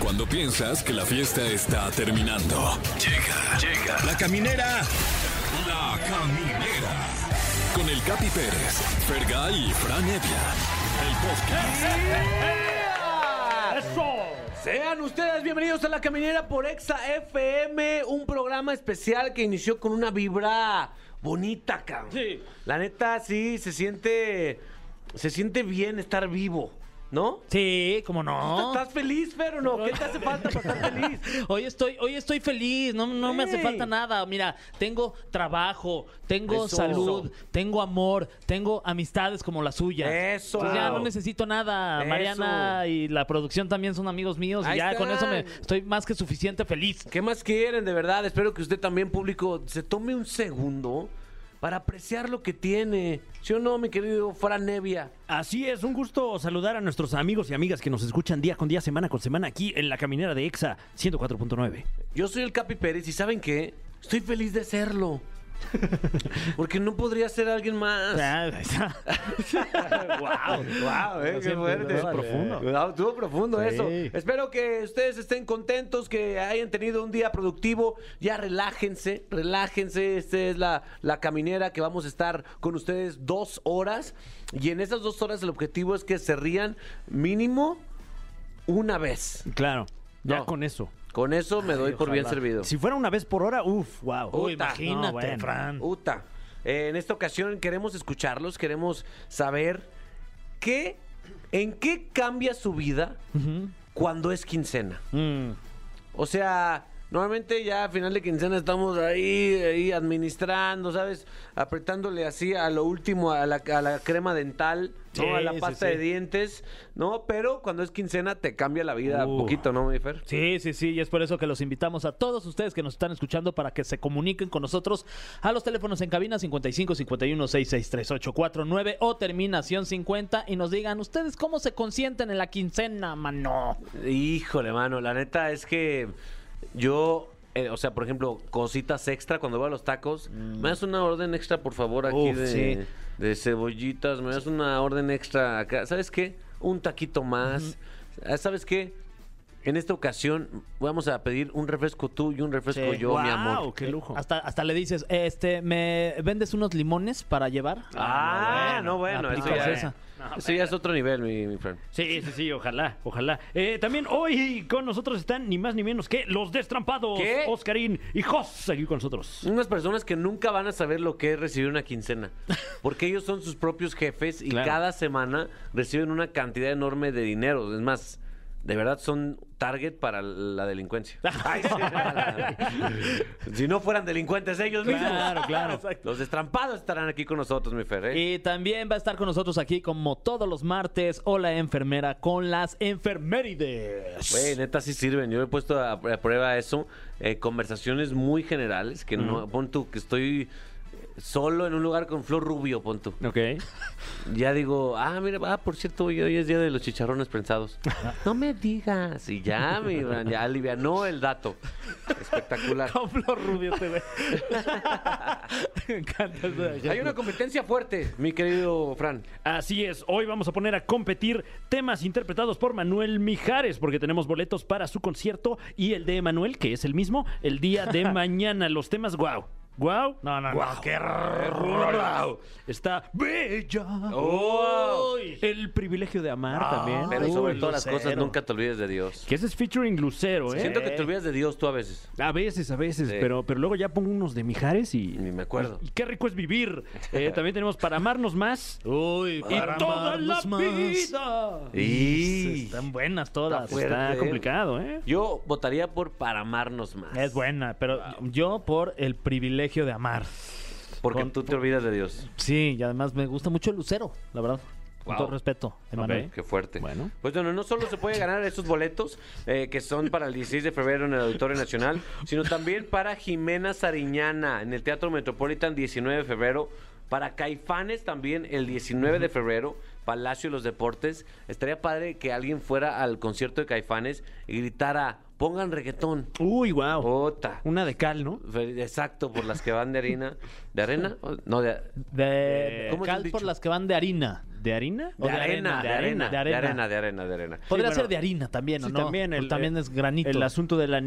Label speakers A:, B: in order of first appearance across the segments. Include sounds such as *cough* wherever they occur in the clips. A: Cuando piensas que la fiesta está terminando. Llega, llega. La caminera. La caminera. Con el Capi Pérez, Fergay y Fran Evia. El podcast.
B: Sean ustedes bienvenidos a La Caminera por Exa FM, un programa especial que inició con una vibra bonita, cabrón.
C: Sí.
B: La neta, sí, se siente, se siente bien estar vivo, ¿no?
C: Sí, cómo no.
B: ¿Estás feliz, pero no? ¿Qué te hace falta para estar feliz?
C: Hoy estoy, hoy estoy feliz, no, no me hace
B: Ey.
C: falta nada. Mira, tengo trabajo, tengo
B: Eso.
C: salud, tengo amor, tengo amistades como la suya.
B: Eso.
C: Ya
B: Wow.
C: no necesito nada.
B: Eso.
C: Mariana y la producción también son amigos míos. y
B: Ahí
C: ya con eso me
B: están.
C: estoy más que suficiente feliz.
B: ¿Qué más quieren, de verdad? Espero que usted también, público, se tome un segundo para apreciar lo que tiene. ¿Sí o no, mi querido Fran Nevia?
D: Así es, un gusto saludar a nuestros amigos y amigas que nos escuchan día con día, semana con semana aquí en la caminera de EXA 104.9.
B: Yo soy el Capi Pérez y ¿saben qué? Estoy feliz de *laughs* serlo. Porque no podría ser alguien más.
C: Ah,
B: wow, wow, Ah, eh, qué fuerte.
D: es profundo.
B: Wow, estuvo profundo
D: Sí.
B: eso. Espero que ustedes estén contentos, que hayan tenido un día productivo. Ya relájense, relájense. Esta es la, la caminera que vamos a estar con ustedes dos horas. Y en esas dos horas el objetivo es que se rían mínimo una vez.
D: Claro, ya
B: No.
D: con eso.
B: Con eso me doy por bien
D: Ojalá.
B: servido.
D: Si fuera una vez por hora, uff, wow.
B: Puta,
C: Uy, imagínate,
D: no, bueno.
C: Fran.
B: Uta, eh, en esta ocasión queremos escucharlos, queremos saber qué, en qué cambia su vida cuando es quincena.
D: Mm,
B: O sea, normalmente ya a final de quincena estamos ahí, ahí administrando, ¿sabes? Apretándole así a lo último, a la, a la crema dental, ¿no?
C: Sí,
B: a la
C: sí,
B: pasta
C: sí.
B: de dientes, ¿no? Pero cuando es quincena te cambia la vida un
D: Uh.
B: poquito, ¿no, mi Fer?
C: Sí, sí, sí, y es por eso que los invitamos a todos ustedes que nos están escuchando para que se comuniquen con nosotros a los teléfonos en cabina 55 51 663849 o terminación 50 y nos digan ustedes cómo se consienten en la quincena, mano.
B: Híjole, mano, la neta es que yo, eh, o sea, por ejemplo, cositas extra cuando voy a los tacos, me das una orden extra, por favor, aquí
C: Uf,
B: de,
C: sí.
B: de cebollitas, me das una orden extra acá. ¿Sabes qué? Un taquito más. Ah, ¿Sabes qué? En esta ocasión vamos a pedir un refresco tú y un refresco
C: Sí.
B: Pues yo, mi amor.
D: Wow, qué lujo.
C: Hasta, hasta le dices, este, ¿me vendes unos limones para llevar?
B: Ah, no, bueno, eso,
C: aplicas
B: ya,
C: esa.
B: eso ya es otro nivel, mi, mi friend.
D: Sí, sí, sí, ojalá, ojalá. Eh, también hoy con nosotros están ni más ni menos que los destrampados,
B: ¿Qué?
D: Oscarín y Jos, aquí con nosotros.
B: Unas personas que nunca van a saber lo que es recibir una quincena. *laughs* Porque ellos son sus propios jefes y
D: Claro.
B: cada semana reciben una cantidad enorme de dinero. Es más, de verdad son target para la
C: *laughs*
B: delincuencia. *laughs* si no fueran delincuentes ellos mismos.
C: Claro, claro.
B: *laughs* Los destrampados estarán aquí con nosotros, mi Fer. ¿eh?
C: Y también va a estar con nosotros aquí como todos los martes, hola enfermera con las enfermerides. *laughs*
B: Güey, neta sí sirven. Yo he puesto a, a prueba eso. eh, conversaciones muy generales que no... Pon tú que estoy solo en un lugar con Flor Rubio, pon tú.
D: Ok.
B: Ya digo, ah, mira, ah, por cierto, hoy, hoy es día de los chicharrones prensados. No me digas. Y ya, mi Bran, ya alivianó el dato.
C: *laughs*
B: Espectacular.
C: Con Flor Rubio te *laughs* ve. Me encanta eso de
B: Hay una competencia fuerte, mi querido Fran.
D: Así es, hoy vamos a poner a competir temas interpretados por Manuel Mijares, porque tenemos boletos para su concierto y el de Manuel, que es el mismo, el día de *laughs* mañana. Los temas, guau. Guau. No, no, no. Qué guau. Está bella.
B: Oh.
D: Uy. El privilegio de amar también.
B: Pero sobre
D: Uy,
B: todas las
D: Lucero.
B: cosas, nunca te olvides de Dios.
D: Que ese es featuring Lucero, ¿eh?
B: Siento que te olvidas de Dios tú a veces.
D: A veces, a veces,
B: Sí.
D: pero, pero luego ya pongo unos de Mijares y...
B: Ni me acuerdo.
D: Y, y qué rico es vivir.
C: *laughs*
D: Eh, también tenemos para amarnos más.
C: Uy, para
D: y toda la
C: amarnos más.
D: vida.
B: Y-
C: Están buenas todas.
B: Está fuerte.
D: Está complicado, ¿eh?
B: Yo votaría por para amarnos más.
C: Es buena, pero yo por el privilegio de amar.
B: Porque
C: con-
B: tú te olvidas de Dios.
C: Sí, y además me gusta mucho el lucero, la verdad. Con
B: Wow.
C: todo respeto, Emanuel.
B: Qué fuerte.
D: Bueno.
B: Pues bueno, no solo se puede ganar esos boletos eh, que son para el 16 de febrero en el Auditorio Nacional, sino también para Jimena Sariñana en el Teatro Metropolitan 19 de febrero, para Caifanes también el 19 de febrero, Palacio de los Deportes. Estaría padre que alguien fuera al concierto de Caifanes y gritara, pongan reggaetón.
D: Uy, wow.
C: Oh.
B: Ota.
D: Una de cal, ¿no?
B: Exacto, *laughs* por las que van de harina. ¿De arena? No, de... Eh,
C: De,
B: ¿Cómo es el
C: cal por
B: dicho?
C: las que van de harina.
D: ¿De harina?
B: De arena, de arena, de arena, de arena, de arena.
C: Podría
D: bueno.
C: ser de harina también, ¿o
D: Sí,
C: no?
D: también,
C: O
D: el- eh,
C: también
B: eh,
C: es granito.
D: El asunto de la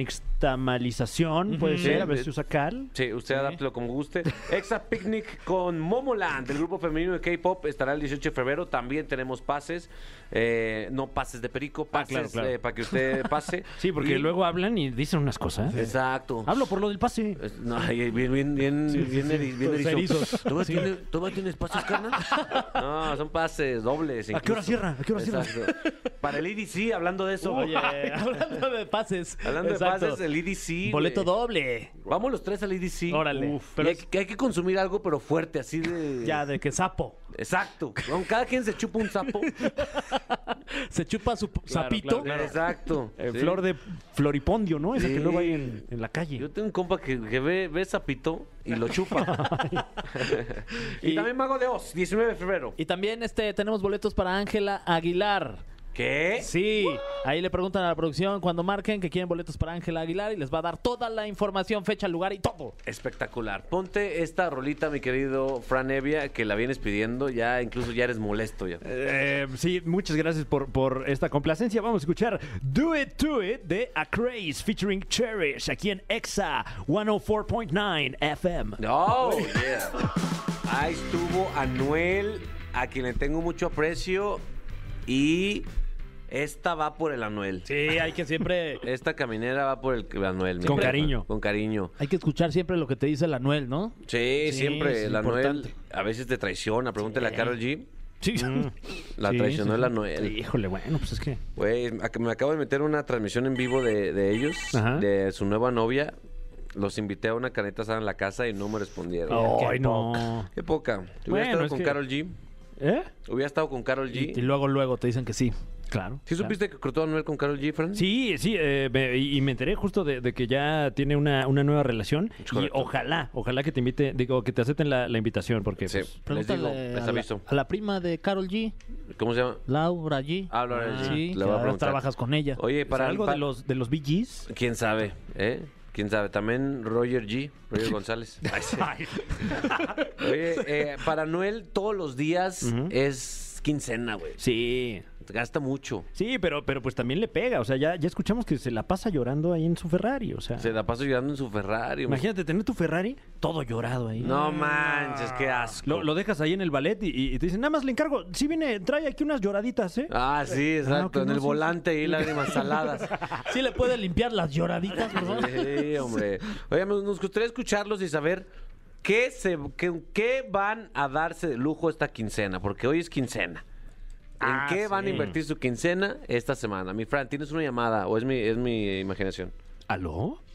D: nixtamalización, puede
C: Ujú.
D: ser, a
B: Sí,
D: veces
B: de-
D: se usa cal.
B: Sí, usted adáptelo como
D: *laughs*
B: guste. Exa Picnic con Momoland, el grupo femenino de K-pop, estará el 18 de febrero. También tenemos pases, eh, no pases de perico, pases
D: Ah, claro, claro.
B: eh, para que
D: *laughs*
B: usted pase.
D: Sí, porque
B: Y-
D: luego eh, ah, hablan y dicen unas cosas.
B: Exacto.
D: Hablo por lo del pase.
B: Es- No, ahí bien, bien, bien, bien, eri- bien
C: Todos
B: erizo. *laughs*
C: erizos.
B: ¿Todavía, tiene- todavía tienes pases,
D: *laughs*
B: carnal? No, son pases dobles.
D: ¿A qué hora
B: incluso.
D: cierra? ¿A qué hora cierra?
B: Exacto. Para el IDC, hablando de eso. *laughs*
C: Oye, hablando de pases.
B: Hablando
C: Exacto.
B: de pases, el E IDC.
C: Boleto
B: güey.
C: doble.
B: Vamos los tres al IDC.
C: Órale.
B: Uf, y
C: Pero
B: hay, que- hay que consumir algo, pero fuerte, así de.
C: *laughs* Ya, de que sapo.
B: Exacto. Con cada quien se chupa un
C: *laughs*
B: sapo.
C: Se chupa su sapito.
B: Exacto.
D: Eh,
B: Sí.
D: Flor de floripondio, ¿no? Esa
B: Sí.
D: que luego hay en, en la calle.
B: Yo tengo un compa que, que ve, ve sapito y lo
C: *laughs*
B: chupa. *laughs* y,
C: Y-
B: también Mago de Oz, 19 de febrero.
C: Y también este tenemos boletos para Ángela Aguilar.
B: ¿Qué?
C: Sí, ahí le preguntan a la producción cuando marquen que quieren boletos para Ángela Aguilar y les va a dar toda la información, fecha, lugar y todo.
B: Espectacular. Ponte esta rolita, mi querido Fran Evia, que la vienes pidiendo. Ya incluso ya eres molesto ya.
D: Eh, sí, muchas gracias por, por esta complacencia. Vamos a escuchar Do It To It de A Craze featuring Cherish aquí en EXA 104.9 FM.
B: No, yeah. Ahí estuvo Anuel, a quien le tengo mucho aprecio. Y esta va por el Anuel.
C: Sí, hay que siempre
B: Esta caminera va por el Anuel. mi
D: Con
B: compa.
D: cariño.
B: Con cariño.
C: *laughs* hay que escuchar siempre lo que te dice el Anuel, ¿no?
B: Sí,
C: Sí,
B: siempre.
C: es
B: el Anuel
C: importante.
B: a veces te traiciona. Pregúntale a Carol G.
C: Sí.
D: Mm,
B: La
D: Sí,
B: traicionó
D: sí,
B: el
D: sí.
B: Anuel.
D: Híjole, bueno, pues es que.
B: Güey, ac- me acabo de meter una transmisión en vivo de, de ellos,
D: Ajá.
B: de su nueva novia. Los invité a una caneta asada en la casa y no me respondieron.
D: Ay, no.
B: Qué poca. Si
D: Oh. Bueno,
B: hubiera estado
D: es
B: con
D: que-
B: Carol G.
D: ¿Eh?
B: Hubiera estado con Carol G.
C: Y, y luego luego te dicen que sí.
D: Claro.
B: ¿Sí
D: claro.
B: supiste que cortó Anuel con Carol G, Fran?
D: Sí, sí, eh, me- y y me enteré justo de, de que ya tiene una, una nueva relación. Y
B: correcto.
D: ojalá, ojalá que te invite, digo, que te acepten la, la invitación, porque
B: Sí.
D: pues,
B: Les
C: Pregúntale
B: digo,
C: a,
B: les
C: la,
B: aviso.
C: a la prima de Carol G,
B: ¿Cómo se llama?
C: Laura G.
B: Ah, Laura G.
C: Sí,
B: Le
C: que
B: voy a
C: ahora
B: preguntar.
C: trabajas con ella.
B: Oye, para
D: pues, algo
B: pa-
D: de los de los Bee Gees.
B: ¿Quién sabe? ¿Eh? ¿Quién sabe? También Roger G.
D: *laughs*
B: Roger González. *laughs* Ay, sí. Oye, eh, para Noel todos los días es quincena, güey.
D: Sí.
B: Gasta mucho.
D: Sí, pero, pero pues también le pega. O sea, ya, ya escuchamos que se la pasa llorando ahí en su Ferrari. O sea,
B: Se la pasa llorando en su Ferrari. güey.
D: imagínate tener tu Ferrari todo llorado ahí.
B: No manches, qué asco.
D: Lo, lo dejas ahí en el ballet y, y te dicen, nada más le encargo, si viene, trae aquí unas lloraditas, ¿eh?
B: Ah, sí, exacto.
D: que
B: en
D: no,
B: el
D: sí,
B: volante y lágrimas saladas.
D: *laughs*
C: Sí le puede limpiar las lloraditas,
B: *laughs*
C: ¿verdad?
B: Sí, hombre. Oye, me- nos gustaría escucharlos y saber qué, se, qué, qué van a darse de lujo esta quincena, porque hoy es quincena. ¿En
D: Ah,
B: qué
D: sí.
B: van a invertir su quincena esta semana? Mi Fran, ¿tienes una llamada o es mi, es mi imaginación?
D: ¿Aló? ¿Ah?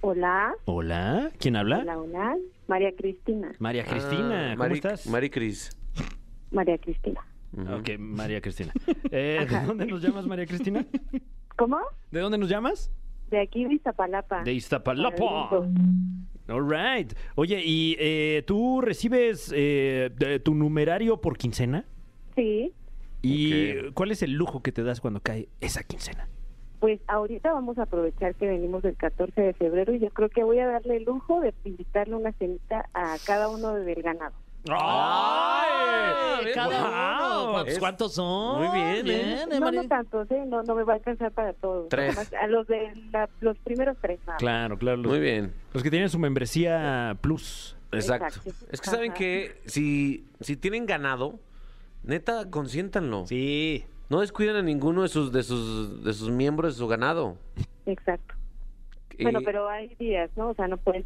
E: Hola,
D: ¿Hola? ¿Quién habla?
E: hola, hola. María Cristina,
D: María Cristina,
B: Ah,
D: ¿cómo
B: Mari-
D: estás? Ah,
B: Mari Cris.
E: María Cristina.
D: Ok,
B: *laughs*
D: María Cristina. Eh, ¿De dónde nos llamas, María Cristina?
E: ¿Cómo?
D: ¿De dónde nos llamas?
E: De aquí de Iztapalapa.
D: De Iztapalapa.
E: Paraíso.
D: All right. Oye, ¿y eh, tú recibes eh, de- tu numerario por quincena?
E: Sí,
D: ¿Y
B: Ok.
D: cuál es el lujo que te das cuando cae esa quincena?
E: pues ahorita vamos a aprovechar que venimos del 14 de febrero y yo creo que voy a darle el lujo de invitarle una cenita a cada uno del ganado.
C: Ay, Cada uno.
D: Wow.
C: ¿Cuántos, cuántos son?
B: Muy bien, ¿eh?
C: bien eh,
E: no,
C: María.
E: no tantos, ¿eh? no, no me va a alcanzar para todos.
B: Tres.
E: Nomás A los de la- los primeros tres. nada más.
D: Claro, claro. Los,
B: Muy bien.
D: Los que tienen su membresía plus.
B: Exacto.
E: Exacto.
B: Es que saben
E: Ajá.
B: que si, si tienen ganado, neta, consiéntanlo.
C: Sí.
B: No descuiden a ninguno de sus, de sus, de sus miembros de su ganado.
E: Exacto.
B: Y-
E: Bueno, pero hay días, ¿no? O sea, no puedes.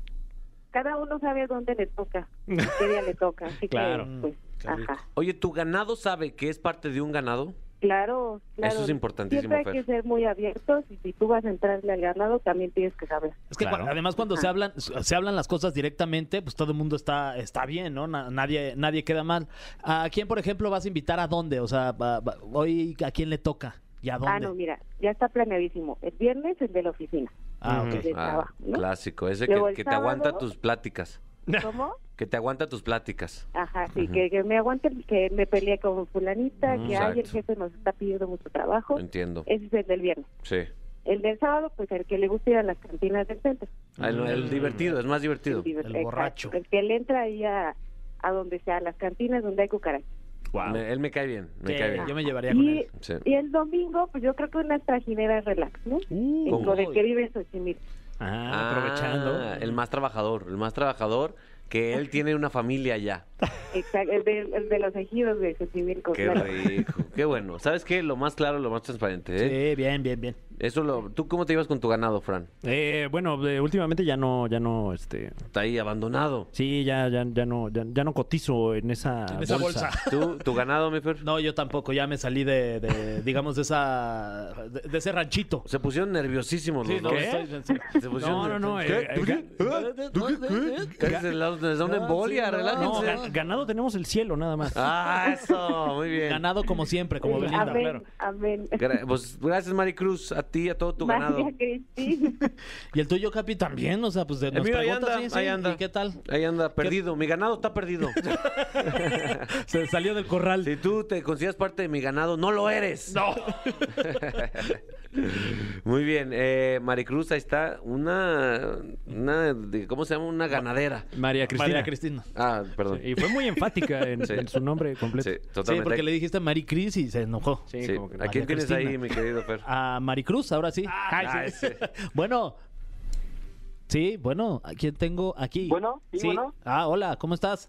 E: Cada uno sabe dónde le toca, qué día le toca. Así
D: Claro.
E: Que, pues, ajá.
B: Oye, ¿tu ganado sabe que es parte de un ganado?
E: Claro, claro.
B: Eso es importantísimo,
E: Siempre hay
B: Fer.
E: que ser muy abiertos y si tú vas a entrarle al ganado también tienes que saber.
C: Es que
D: Claro.
C: cua- además cuando se
E: Ajá.
C: hablan se hablan las cosas directamente, pues todo el mundo está está bien, ¿no? Na- nadie nadie queda mal. ¿A quién, por ejemplo, vas a invitar a dónde? O sea, va- va- hoy a quién le toca y a
E: Ah,
C: dónde.
E: no, mira, ya está planeadísimo. El viernes el de la oficina.
C: Ah, ok.
E: El de
B: Ah,
E: trabajo, ¿no?
B: clásico, ese que,
E: Luego el
B: que te aguanta
E: sábado.
B: tus pláticas.
E: ¿Cómo?
B: Que te aguanta tus pláticas.
E: Ajá, sí, que, que me aguante, que me peleé con fulanita,
B: Mm,
E: que ay, el
B: exacto.
E: jefe nos está pidiendo mucho trabajo.
B: Entiendo.
E: Ese es el del viernes.
B: Sí.
E: El del sábado, pues el que le gusta ir a las cantinas del centro.
B: Ah, El,
C: Mm.
B: el divertido, es más divertido.
E: digo,
C: El borracho.
E: El que le entra ahí a, a donde sea, a las cantinas donde hay cucarachas.
D: Wow.
B: Me- él me cae bien, me
C: Sí,
B: cae bien.
C: yo me llevaría con
E: Y,
C: él.
B: Sí.
E: y el domingo, pues yo creo que unas trajineras relax, ¿no?
D: Uh,
B: ¿Cómo?
E: Con el que vive en Xochimilco.
D: ah, aprovechando.
B: Ah, el más trabajador, el más trabajador que él tiene una familia ya.
E: Exacto, el de, el de los ejidos de Xochimilco.
B: Qué
E: Pues claro.
B: rico, qué bueno. ¿Sabes qué? Lo más claro, lo más transparente. ¿eh?
C: Sí, bien, bien, bien.
B: Eso lo, ¿Tú cómo te ibas con tu ganado, Fran?
D: Eh, bueno, eh, últimamente ya no, ya no, este,
B: Está ahí abandonado.
D: sí, ya, ya, ya no, ya, ya no cotizo en esa,
C: En esa bolsa.
B: ¿Tú, tu ganado, mi Fer?
C: No, yo tampoco, ya me salí de, de, digamos, de esa de, de ese ranchito.
B: Se pusieron nerviosísimos los dos. Se pusieron
D: No, no, no.
B: nerviosos.
D: eh, eh, ga-
B: Casi se la- les da una
C: No,
B: embolia,
C: sí, no.
D: no,
B: relájense.
D: ga- ganado tenemos el cielo nada más.
B: Ah, eso, muy bien.
C: Ganado como siempre, como
E: Sí,
C: Belinda,
E: amén,
C: claro.
E: amén.
B: Gra- pues, gracias, Maricruz, a ti, a todo tu
E: María
B: ganado.
E: Cristina.
C: Y el tuyo, Capi, también, o sea, pues de,
B: El
C: nos
B: mío ahí
C: preguntas,
B: anda,
C: sí, sí,
B: ahí anda.
C: ¿y qué tal?
B: Ahí anda, perdido. Mi ganado está
D: *laughs*
B: perdido.
C: Se salió del corral.
B: si tú te consideras parte de mi ganado, no lo eres.
C: No.
B: Muy bien, eh, Maricruz, ahí está una, una, de- ¿cómo se llama? Una ganadera.
D: María Cristina.
C: María Cristina.
B: Ah, perdón.
D: Sí, y fue muy enfática en,
B: Sí.
D: en su nombre completo.
B: Sí,
C: Sí,
B: totalmente.
C: porque le dijiste Maricris y se enojó.
D: Sí,
B: Sí.
D: como que
B: ¿A quién tienes
D: María Cristina. Ah,
B: ahí, mi querido Fer?
C: A Maricruz, ahora sí.
B: Ah,
C: sí.
B: ese.
C: *laughs* bueno. Sí, bueno, ¿a quién tengo aquí?
F: Bueno, sí, bueno.
C: Ah, hola, ¿cómo estás?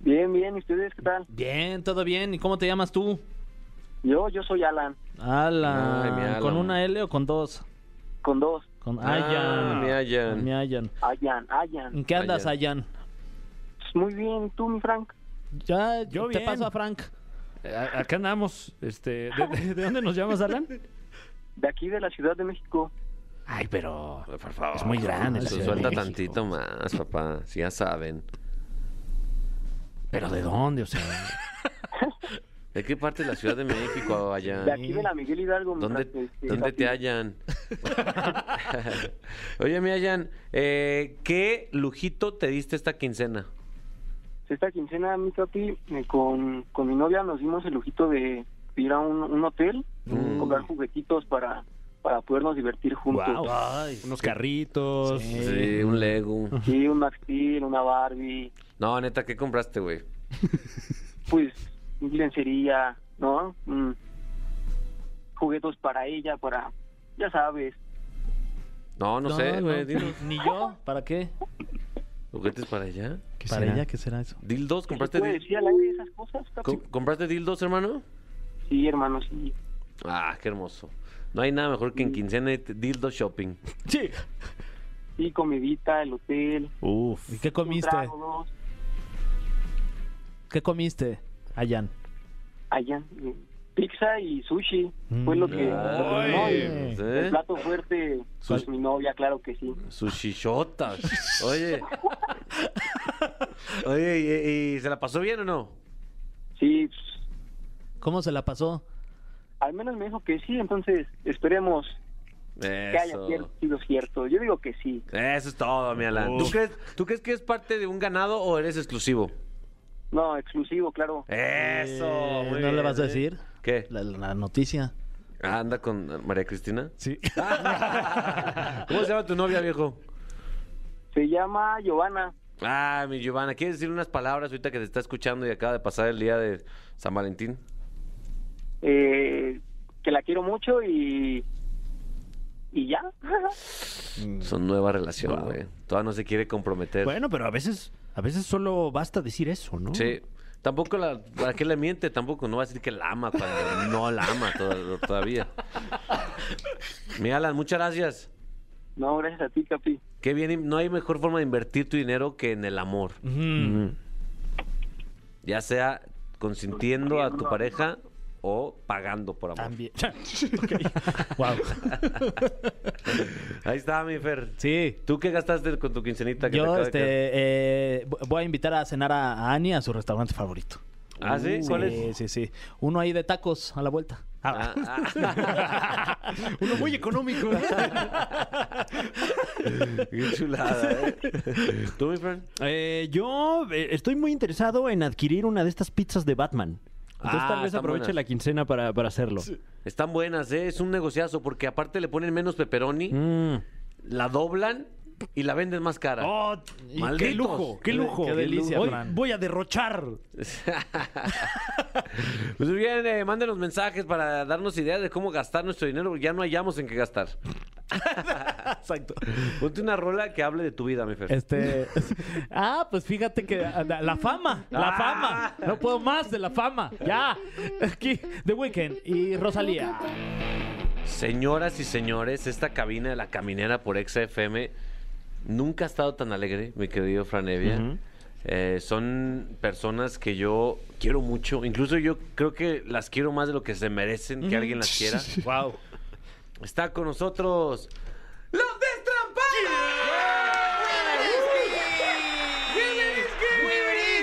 F: Bien, bien, ¿y ustedes qué tal?
C: Bien, todo bien. ¿Y cómo te llamas tú?
F: Yo, yo soy Alan,
C: Alan.
B: Ay, mi Alan.
C: ¿Con una L o con dos?
F: con dos.
C: Con
B: Ah,
C: Ayan.
B: mi Ayan.
C: Mi Ayan.
F: Ayan,
C: ¿En
F: Ayan.
C: qué andas, Ayan?
F: Pues muy bien, ¿tú, mi Frank?
C: Ya
D: Yo
C: te
D: bien.
C: paso a Frank.
D: Eh, a- Acá andamos. Este, ¿de, de- de dónde nos llamas, Alan?
F: De aquí de la Ciudad de México.
D: Ay, pero
B: Por favor.
D: es muy grande. la
B: Su-
D: Ciudad de
B: Ah, Pues Suelta
D: México.
B: tantito más, papá. Si ya saben.
D: Pero ¿de dónde? O sea,
B: ¿De qué parte de la Ciudad de México
F: De
B: allá?
F: aquí de la Miguel Hidalgo, mi
B: ¿Dónde,
F: Frank, este,
B: dónde te
F: aquí.
B: hallan? *laughs* Oye, mi Ayan, eh, ¿qué lujito te diste esta quincena?
F: Esta quincena, mi papi, eh, con, con mi novia nos dimos el lujito de ir a un, un hotel,
B: Mm.
F: comprar juguetitos para, para podernos divertir juntos.
D: wow. Unos carritos.
B: Pues Sí, un *laughs* Lego.
F: Sí, un Max Steel, una Barbie,
B: No, neta, ¿qué compraste, güey?
F: pues lencería, ¿no? Mm. Juguetos para ella, para, ya sabes,
B: No, no, sé, güey. dinos.
C: Ni yo. ¿Para qué?
B: ¿Juguetes para allá?
C: ¿Para
D: será?
C: ella qué será eso?
B: ¿Dildos?
F: ¿Te
B: ¿Compraste,
F: puede
B: dil-
F: decir al aire esas cosas, Capi?
B: co- ¿Compraste dildos, hermano?
F: Sí, hermano, sí.
B: Ah, qué hermoso. No hay nada mejor que en quincena irte dildo shopping.
C: Sí.
F: Sí, comidita, el hotel,
C: ¿Y qué
F: un
C: comiste?
F: trago, dos,
C: ¿Qué comiste, Ayan?
F: allá, mm, pizza y sushi. Fue lo que...
B: Mm, Ay,
F: lo que- no,
B: pues,
F: el
B: ¿eh?
F: plato fuerte, pues mi novia, claro que sí.
B: Sus chichotas.
F: *laughs*
B: Oye. Oye, ¿y, y se la pasó bien o no?
F: Sí, pues,
C: ¿Cómo se la pasó?
F: al menos me dijo que sí, entonces esperemos que haya cier-
B: Eso.
F: sido cierto. Yo digo que sí.
B: Eso es todo, mi Alan. ¿Tú
D: Uf.
B: crees, ¿Tú crees que es parte de un ganado o eres exclusivo?
F: No, exclusivo, claro.
B: Eso.
C: Eh,
B: muy
C: ¿No le
B: bien,
C: vas a
B: ¿eh?
C: decir?
B: ¿Qué?
C: La, la noticia.
B: Ah, ¿Anda con María Cristina?
C: Sí.
B: *laughs* ¿Cómo se llama tu novia, viejo?
F: Se llama Giovanna.
B: Ah, mi Giovanna, ¿quieres decir unas palabras ahorita que te está escuchando y acaba de pasar el día de San Valentín?
F: eh, que la quiero mucho y... Y ya. *laughs*
C: Mm.
B: Son nueva relación, güey. Todavía no se quiere comprometer.
D: Bueno, pero a veces, a veces solo basta decir eso, ¿no?
B: Sí. Tampoco la... ¿Para qué le miente? Tampoco. No va a decir que la ama cuando no la ama to- todavía. Mi Alan, muchas gracias.
F: No, gracias a ti, Capi.
B: Qué bien. No hay mejor forma de invertir tu dinero que en el amor.
C: Mm.
B: Ujú. Ya sea consintiendo a tu pareja o pagando por amor.
D: *laughs*
C: También. wow.
B: Ahí está, mi Fer.
C: *laughs* Sí.
B: ¿Tú qué gastaste con tu quincenita? Que te
C: Yo
B: acaba de
C: este,
B: quedar?
C: eh, vo- voy a invitar a cenar a, a Ani a su restaurante favorito.
B: ¿Ah, sí? ¿Cuál es?
C: Sí, sí, sí. Uno ahí de tacos a la vuelta.
B: Ah, ah. *laughs*
D: Uno muy económico.
B: Qué chulada, ¿eh? ¿Tú, mi friend?
D: Eh, yo eh, estoy muy interesado en adquirir una de estas pizzas de Batman. Entonces
B: Ah,
D: tal vez
B: están
D: aproveche
B: buenas.
D: la quincena para, para hacerlo.
B: Están buenas, ¿eh? Es un negociazo porque aparte le ponen menos pepperoni,
D: Mm.
B: la doblan y la vendes más cara.
D: ¡Oh! y ¡Qué
B: Malditos.
D: lujo! ¡Qué
C: Qué-
D: lujo!
C: qué delicia,
D: Hoy
C: Fran.
D: voy a derrochar.
B: Pues bien, eh, mándenos mensajes para darnos ideas de cómo gastar nuestro dinero, porque ya no hallamos en qué
D: *laughs*
B: gastar.
C: Exacto.
B: Ponte una rola que hable de tu vida, mi Fer.
C: Este. *laughs* ah, pues fíjate que anda, la fama, la
B: Ah.
C: fama. No puedo más de la fama. Ya. Aquí, The Weeknd y Rosalía.
B: Señoras y señores, esta cabina de la caminera por XFM nunca ha estado tan alegre, mi querido Franevia. son personas que yo quiero mucho, incluso yo creo que las quiero más de lo que se merecen que alguien las quiera.
D: ¡Wow!
B: Está con nosotros los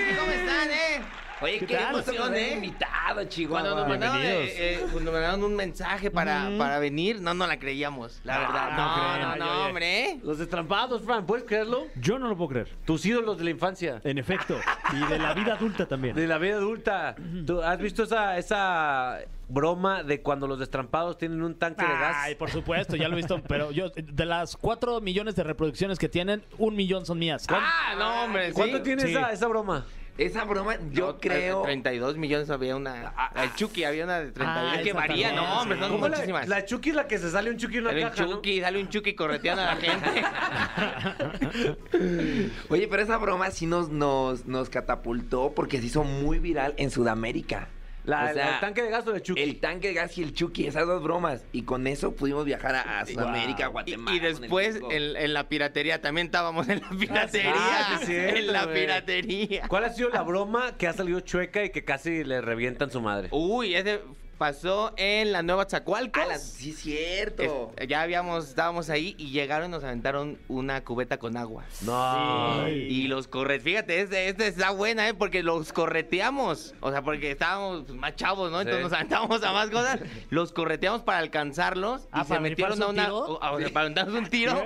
G: Muy ¿Cómo están, eh? Oye, qué,
D: tal?
G: emoción, eh. Invitado, Chihuahua. Cuando nos mandaron,
D: Bienvenidos.
G: eh, eh, cuando mandaron un mensaje para, para venir, no, no la creíamos, la verdad.
D: no
G: Ah, No, no,
D: creen.
G: no,
D: Ay, oye.
G: hombre. ¿eh?
B: Los destrampados, Fran, ¿puedes creerlo?
D: Yo no lo puedo creer.
B: Tus ídolos de la infancia.
D: En efecto. Y de la vida adulta también.
B: De la vida adulta. ¿Tú has visto esa, esa broma de cuando los destrampados tienen un tanque de gas?
C: Ay, por supuesto, ya lo he visto. Pero yo, de las 4 millones de reproducciones que tienen, un millón son mías.
G: Ah, no, hombre. sí.
B: ¿Cuánto tiene esa, esa broma? Ah,
G: Esa broma, yo creo. 32 millones había una. El Chucky había una de 32.
C: Ah,
G: es que
C: esa
G: varía,
C: también,
G: no, hombre,
C: sí.
G: son
B: ¿Cómo la,
G: muchísimas.
B: la Chucky es la que se sale un Chucky en una
G: Dale un
B: caja, ¿no?
G: Chucky, dale un Chucky correteando a la gente.
H: *laughs* Oye, pero esa broma sí nos, nos, nos catapultó porque se hizo muy viral en Sudamérica.
B: La-
H: O sea,
B: ¿El tanque de gas o de Chucky?
H: El tanque de gas y el Chucky, esas dos bromas. Y con eso pudimos viajar a, a Sudamérica, a
G: Y,
H: Guatemala.
G: y
H: con el
G: después
H: Kiko.
G: en, en la piratería, también estábamos en la piratería.
B: Ah, sí es cierto,
G: en la
B: güey.
G: piratería.
B: ¿Cuál ha sido la broma que ha salido chueca y que casi le revientan su madre?
G: Uy, ese pasó en la nueva Chacualcas.
H: Ah, la- sí, cierto.
G: ya habíamos, estábamos ahí y llegaron y nos aventaron una cubeta con agua.
B: No.
G: Y los correteamos, fíjate, este, este está buena, ¿eh? Porque los correteamos. O sea, porque estábamos pues, más chavos, ¿no? Entonces
B: Sí.
G: nos aventamos a más cosas. Los correteamos para alcanzarlos y
C: Ah,
G: se
C: ¿para
G: metieron a
C: rifarse un
G: una.
C: tiro?
G: o- a- o sea, para aventarse un
C: *laughs*
G: tiro.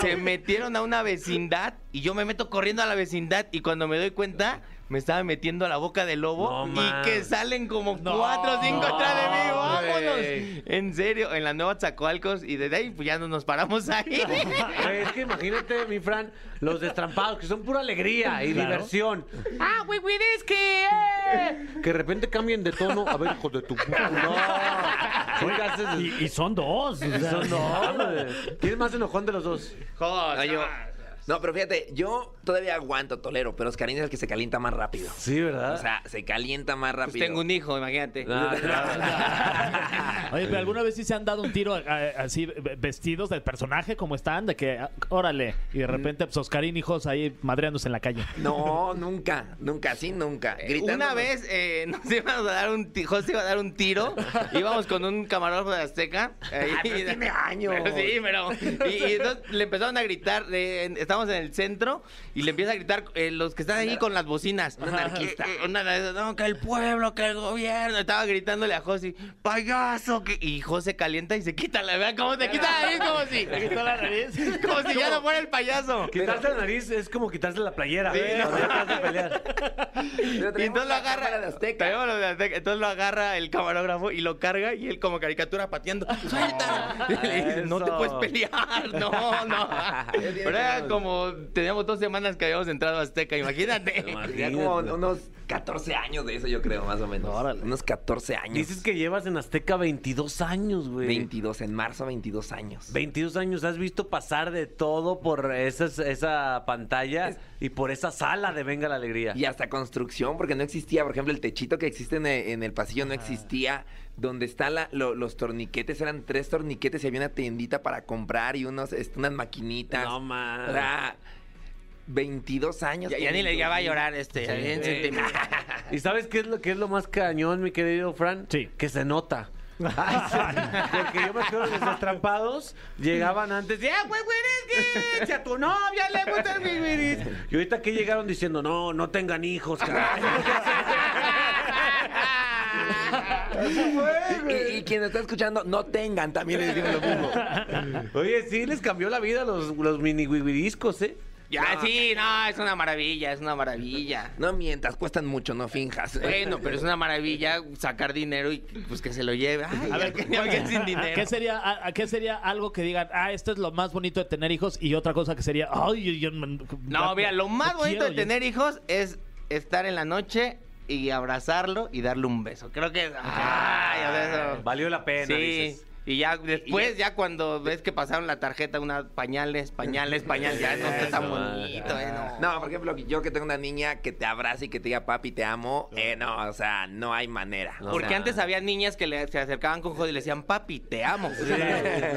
G: Se metieron a una vecindad y yo me meto corriendo a la vecindad y cuando me doy cuenta. Me estaba metiendo a la boca del
B: No,
G: lobo y
B: man.
G: que salen como
C: No,
G: cuatro o cinco atrás de mí.
B: no,
G: ¡Vámonos!
B: güey.
G: En serio, en la nueva Zacualcos y desde ahí pues ya no nos
C: *laughs*
G: paramos ahí. *laughs*
B: Güey, Es que imagínate, mi Fran, los destrampados, que son pura alegría y
D: Claro.
B: diversión.
G: ¡Ah, güey, güey, es que! eh!
B: Que de repente cambien de tono. A ver, hijo de tu puta. No. Oiga, haces-
D: Y, y son dos. o sea.
H: *laughs*
B: Eso
H: Ah,
B: no, güey. ¿Quién es más enojón de los dos?
H: No, yo- no, pero fíjate, yo todavía aguanto, tolero, pero Oscarín es el que se calienta más rápido.
B: Sí, ¿verdad?
H: O sea, se calienta más
G: Pues
H: rápido.
G: tengo un hijo, imagínate.
B: Ah, claro.
C: *laughs* Oye, pero alguna vez sí se han dado un tiro eh, así ve- vestidos del personaje como están, de que ah, órale, y de repente pues Oscarín hijos ahí madreándose en la calle.
H: No, nunca, nunca, sí, nunca. Gritando.
G: *laughs* Una vez eh, nos íbamos a dar un tiro, José iba a dar un
H: *laughs*
G: tiro, íbamos con un camarógrafo de Azteca. eh,
H: Ay, Ah, pero tiene años.
G: *laughs* Pero sí, pero... Y, y entonces le empezaron a gritar, eh, en- estábamos en el centro, y le empieza a gritar eh, los que están ahí con las bocinas. Un *laughs*
H: anarquista.
G: no, que el pueblo, que el gobierno. Estaba gritándole a José, payaso. que-". Y José calienta y se quita la... Vean cómo se quita
H: *laughs*
G: la nariz, como si... *laughs* Como si ya no fuera el payaso.
B: Quitarse la nariz es como quitarse la playera.
G: Sí, no.
B: Cuando ya acabas de pelear.
H: *laughs* Pero
G: Y
H: traíamos
G: entonces lo
H: la cámara
G: agarra.
H: de Azteca.
G: traemos lo de Azteca, Entonces lo agarra el camarógrafo y lo carga y él como caricatura
H: *laughs*
G: pateando.
H: Ah,
G: ¡Suelta! Y le dice, No te
B: Eso.
G: puedes pelear. No,
H: *laughs*
G: no. Pero era como teníamos dos semanas que habíamos entrado a Azteca,
H: *laughs*
G: imagínate.
H: Tenía como unos 14 años de eso, yo creo, más o menos.
C: Órale.
H: Unos 14 años.
B: Dices que llevas en Azteca 22 años, güey.
H: 22, en marzo 22 años.
B: 22 años, has visto pasar de todo por esas- esa pantalla y por esa sala de Venga la Alegría.
H: Y hasta construcción, porque no existía, por ejemplo, el techito que existe en el, en el pasillo no existía. Donde están la- lo- los torniquetes, eran tres torniquetes y había una tiendita para comprar y unos, este, unas maquinitas.
B: No, man.
H: O sea, 22 años.
G: Ya, ya ni le ya va a llorar este. ya bien sentimental.
B: ¿Y sabes qué es lo que es lo más cañón, mi querido Fran?
D: Sí.
B: Que se nota. Ay, sí, Porque yo me acuerdo que los atrampados llegaban antes de, "Ah, güey, güey, es que si a tu novia le gusta el güey, güey, es". Y ahorita que llegaron diciendo, no, no tengan hijos, caray".
H: *laughs*
G: *laughs*
H: Y, y quien está escuchando, no tengan, también les digo lo mismo.
B: Oye, sí, les cambió la vida a los, los mini güibiriscos, ¿eh?
G: Ya, sí, no, es una maravilla, es una maravilla.
H: No mientas, cuestan mucho, no finjas.
G: Bueno, pero es una maravilla sacar dinero y pues que se lo
H: *laughs*
G: lleve. Ay, a ver, que ya me quedé sin dinero.
C: ¿Qué sería, a- a ¿Qué sería algo que digan, ah, esto es lo más bonito de tener hijos? Y otra cosa que sería, ay, yo- yo-
G: No, mira, lo más
C: no
G: bonito
C: quiero,
G: de
C: yo-
G: tener hijos es estar en la noche y abrazarlo y darle un beso. Creo que es. Ay, o sea, eso.
B: Valió la Ah, pena,
G: Sí.
B: dices.
G: Y ya después, ya cuando ves que pasaron la tarjeta, unas pañales, pañales, pañales, ya no está tan
B: Eso,
G: bonito, eh, no.
H: No, por ejemplo, yo que tengo una niña que te abraza y que te diga papi, te amo, eh, no, o sea, no hay manera.
B: No.
H: O
G: Porque
H: sea,
G: antes había niñas que le- se acercaban con José y le decían, papi, te amo.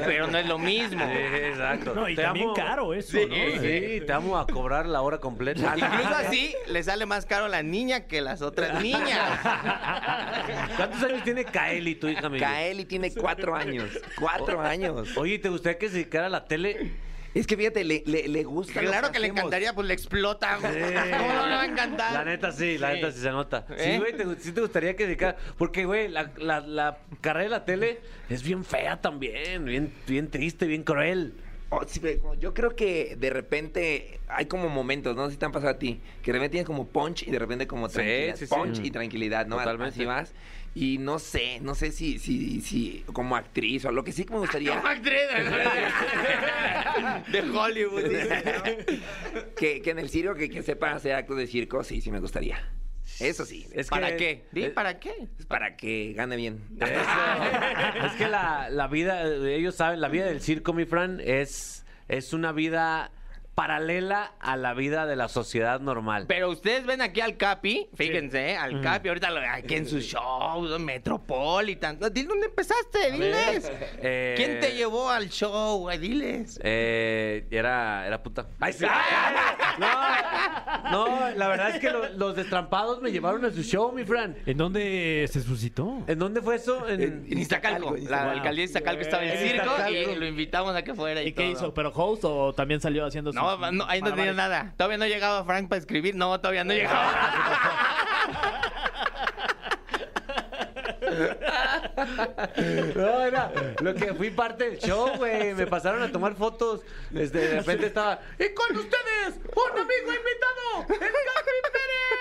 G: Pero no es lo mismo.
B: Sí, exacto.
D: No, y
B: Te
D: también
B: amo-
D: caro eso, ¿no?
B: Sí, te amo a cobrar la hora completa.
G: Incluso así le sale más caro la niña que las otras niñas.
B: ¿Cuántos años tiene Kaeli, tu hija, mi
H: Kaeli tiene cuatro años.
B: *laughs*
H: Cuatro años.
B: Oye, ¿te gustaría que se dedicara a la tele?
H: Es que fíjate, le, le- le gusta. lo
G: Claro que le
H: hacemos.
G: encantaría, pues le explota. güey.
B: Sí.
G: *laughs* ¿Cómo no le va a encantar?
B: La neta sí, la neta sí se nota.
G: ¿Eh?
B: Sí, güey, te, gu- sí te gustaría que dedicara. Porque, güey, la, la- la carrera de la tele es bien fea también, bien, bien triste, bien cruel.
H: Oh, sí, pero como yo creo que de repente hay como momentos, no sé si te han pasado a ti, que de repente tienes como punch y de repente como
B: Sí,
H: tranquilidad.
B: sí, sí.
H: punch y tranquilidad, ¿no?
B: Totalmente.
H: Así vas. Y no sé, no sé si, si, si como actriz o lo que sí que
B: *laughs*
H: me gustaría
G: Como actriz, ¿no? De Hollywood. dice, ¿no?
H: *laughs* que, que en el circo que, que sepa hacer actos de circo, sí, sí me gustaría. Eso sí.
B: Es
G: ¿Para
B: que-
G: qué? Di,
B: eh,
G: ¿Para qué?
H: para que gane *laughs* bien.
B: Eso. *laughs* es que la, la vida, eh, ellos saben, la vida del circo, mi Fran, es, es una vida paralela a la vida de la sociedad normal.
G: Pero ustedes ven aquí al Capi, fíjense, ¿eh? al Capi, ahorita lo aquí en su show, Metropolitan. No, Dile dónde empezaste, diles.
B: *laughs* Eh,
G: ¿Quién te llevó al show, güey? Diles.
B: Eh, era, era puta. Ay, sí. *laughs* No, no, la verdad es que lo- los destrampados me llevaron a su show, mi Fran.
D: ¿En dónde se suscitó?
B: ¿En dónde fue eso?
G: En
B: En,
G: Iztacalco, la alcaldía de Iztacalco estaba en el
B: En
G: circo
B: Iztacalco.
G: y lo invitamos a que fuera. ¿Y,
C: ¿Y qué
G: todo.
C: hizo? ¿Pero host o también salió haciendo
G: No,
C: sus-
G: no, ahí no tenía
C: malabares?
G: nada. Todavía no llegaba Frank para escribir. No, todavía
B: Eh,
G: no llegaba.
B: *laughs*
G: *laughs*
B: no, era lo que fui parte del show, güey. Me pasaron a tomar fotos. Este, de repente estaba. ¡Y con ustedes! ¡Un amigo invitado! ¡El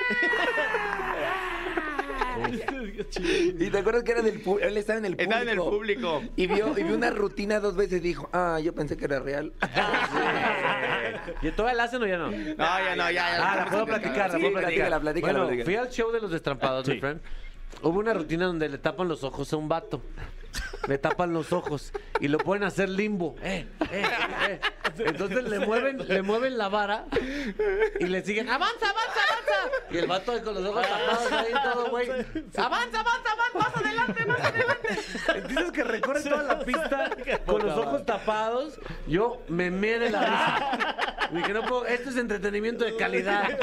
H: Y te acuerdas que era del público. Él estaba en el público.
G: Estaba en el público.
H: Y vio, y vio una rutina dos veces y dijo, ah, yo pensé que era *laughs* real.
B: Capi ¿Y todavía la hacen o ya no?
G: No, ya no, ya. ya
B: Ah, la puedo platicar, la
H: Sí,
B: puedo platicar.
H: platícala, platícala,
B: bueno,
H: platícala.
B: fui al show de los destrampados, mi friend. Hubo una rutina donde le tapan los ojos a un vato. Le tapan los ojos y lo pueden hacer limbo. Eh, eh, eh. Entonces le mueven, le mueven la vara *laughs* y le siguen, ¡avanza, avanza, avanza! Y el vato con los ojos
C: Ah,
B: tapados ahí todo, güey. ¡Avanza, avanza, avanza! ¡Más adelante, más adelante! Entonces que recorre toda la
C: *laughs*
B: pista con los ojos tapados. Yo me meé de la
C: *laughs*
B: risa. Dije, no puedo, esto es entretenimiento de calidad.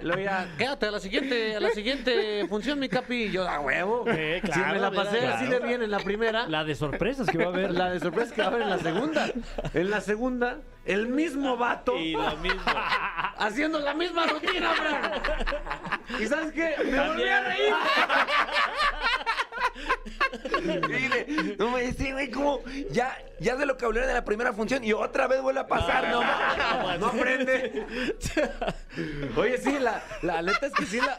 B: Lo ya, quédate a la siguiente, a la siguiente función, mi capi. Y yo, a huevo.
C: Sí, claro,
B: si me la pasé
C: claro.
B: así de bien en la primera.
D: La de sorpresas que va a haber.
G: *laughs*
B: La de sorpresa que va a haber en la segunda. En la segunda, el mismo vato.
C: Y lo mismo.
B: Haciendo la misma rutina, bro. ¿Y sabes qué? Me volví a reír.
H: Dile, no me dice, güey, ¿cómo? Ya, ya de lo que hablaron en la primera función y otra vez vuelve a pasar, no,
B: No, no aprende. Oye, sí, la, la neta es que sí, la,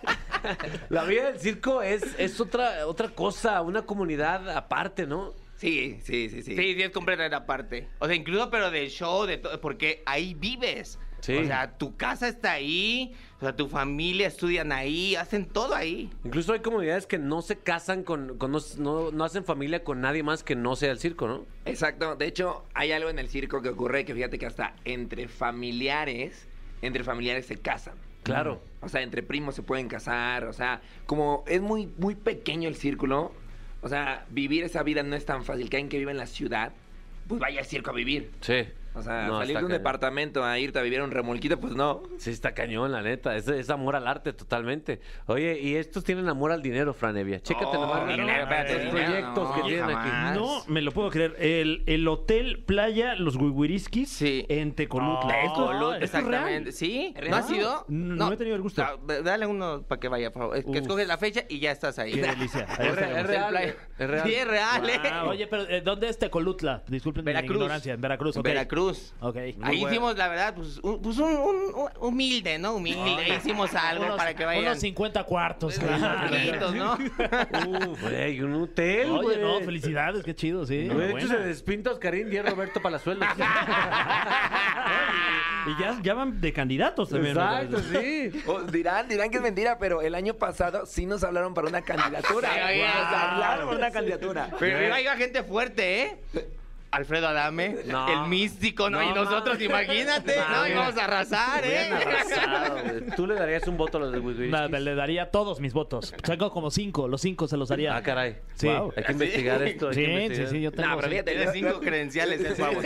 B: la vida del circo es, es otra, otra cosa, una comunidad aparte, ¿no?
H: Sí, sí, sí, sí.
G: Sí, sí, es completamente aparte. O sea, incluso, pero del show, de todo, porque ahí vives.
B: Sí.
G: O sea, tu casa está ahí, o sea, tu familia estudian ahí, hacen todo ahí.
B: Incluso hay comunidades que no se casan con, con no, no- no hacen familia con nadie más que no sea el circo, ¿no?
H: *laughs* Exacto. De hecho, hay algo en el circo que ocurre que fíjate que hasta entre familiares, entre familiares se casan.
B: Claro.
H: O sea, entre primos se pueden casar. O sea, como es muy, muy pequeño el círculo. O sea, vivir esa vida no es tan fácil. Que alguien que vive en la ciudad, pues vaya al circo a vivir.
B: Sí.
H: O sea,
B: No,
H: salir
B: está
H: de
B: cañón.
H: un departamento a irte a vivir a un remolquito, pues no.
B: Sí, está cañón, la neta. Es, es amor al arte totalmente. Oye, y estos tienen amor al dinero, Franevia. Chécate
G: Oh,
B: nomás los-
G: dinero, espérate,
B: los
G: dinero,
B: proyectos
G: no,
B: que tienen
G: jamás.
B: aquí.
D: No, me lo puedo creer. El, el hotel Playa Los Wiwiriskis
G: Sí.
D: en Tecolutla.
G: Tecoluta,
D: ¿Esto es real?
G: exactamente. ¿Sí? ¿No
D: Ah,
G: has ido?
D: no, no he tenido el gusto.
G: Ah, Dale uno para que vaya, por favor. Es
D: Uf.
G: Que escoges la fecha y ya estás ahí.
D: Qué delicia. Ahí
B: Es re-
D: estaremos.
B: es real,
G: *laughs* Es
B: es real.
G: Sí, es real, ¿eh?
C: Ah, oye, pero eh, ¿dónde es Tecolutla? Disculpen mi
G: Veracruz.
C: ignorancia. En Veracruz, ok.
G: Veracruz, Veracruz.
C: Ok.
G: ahí
B: bueno.
G: hicimos, la verdad, pues, un, pues un, un- un- humilde, ¿no? Humilde. Ahí hicimos algo
C: Unos-
G: para que vayan.
C: Unos 50 cuartos.
G: *laughs* Unos
C: *laughs*
G: poquitos, ¿no?
B: Uh, güey, un hotel,
C: Oye,
B: güey.
C: no, felicidades, qué chido, sí.
B: Güey, De hecho, se despinta Oscarín y es Roberto Palazuelos.
D: Y ya, ya van de candidatos también. ¿no?
B: Exacto, sí.
H: O Oh, dirán, dirán que es mentira, pero el año pasado sí nos
B: *laughs*
H: hablaron para una candidatura.
G: Sí, oye,
H: Nos
G: wow.
H: hablaron para una candidatura.
G: Pero iba, iba gente fuerte, ¿eh? Alfredo Adame,
B: No.
G: el místico, ¿no?
B: No,
G: y nosotros,
B: ma.
G: imagínate,
B: No,
G: ¿no?
B: bien.
G: Íbamos a arrasar, ¿eh?
B: Bien
G: *laughs*
B: arrasado, güey. Tú le darías un voto a los de Wikileaks.
C: No, me le daría todos mis votos. Tengo como cinco, los cinco se los daría.
B: Ah, caray.
C: Sí.
B: Wow. Hay que investigar esto. hay que
C: Sí, sí,
B: investigar.
C: sí, yo tengo.
H: No, pero
C: sí.
H: fíjate,
G: Tiene cinco credenciales el pavo.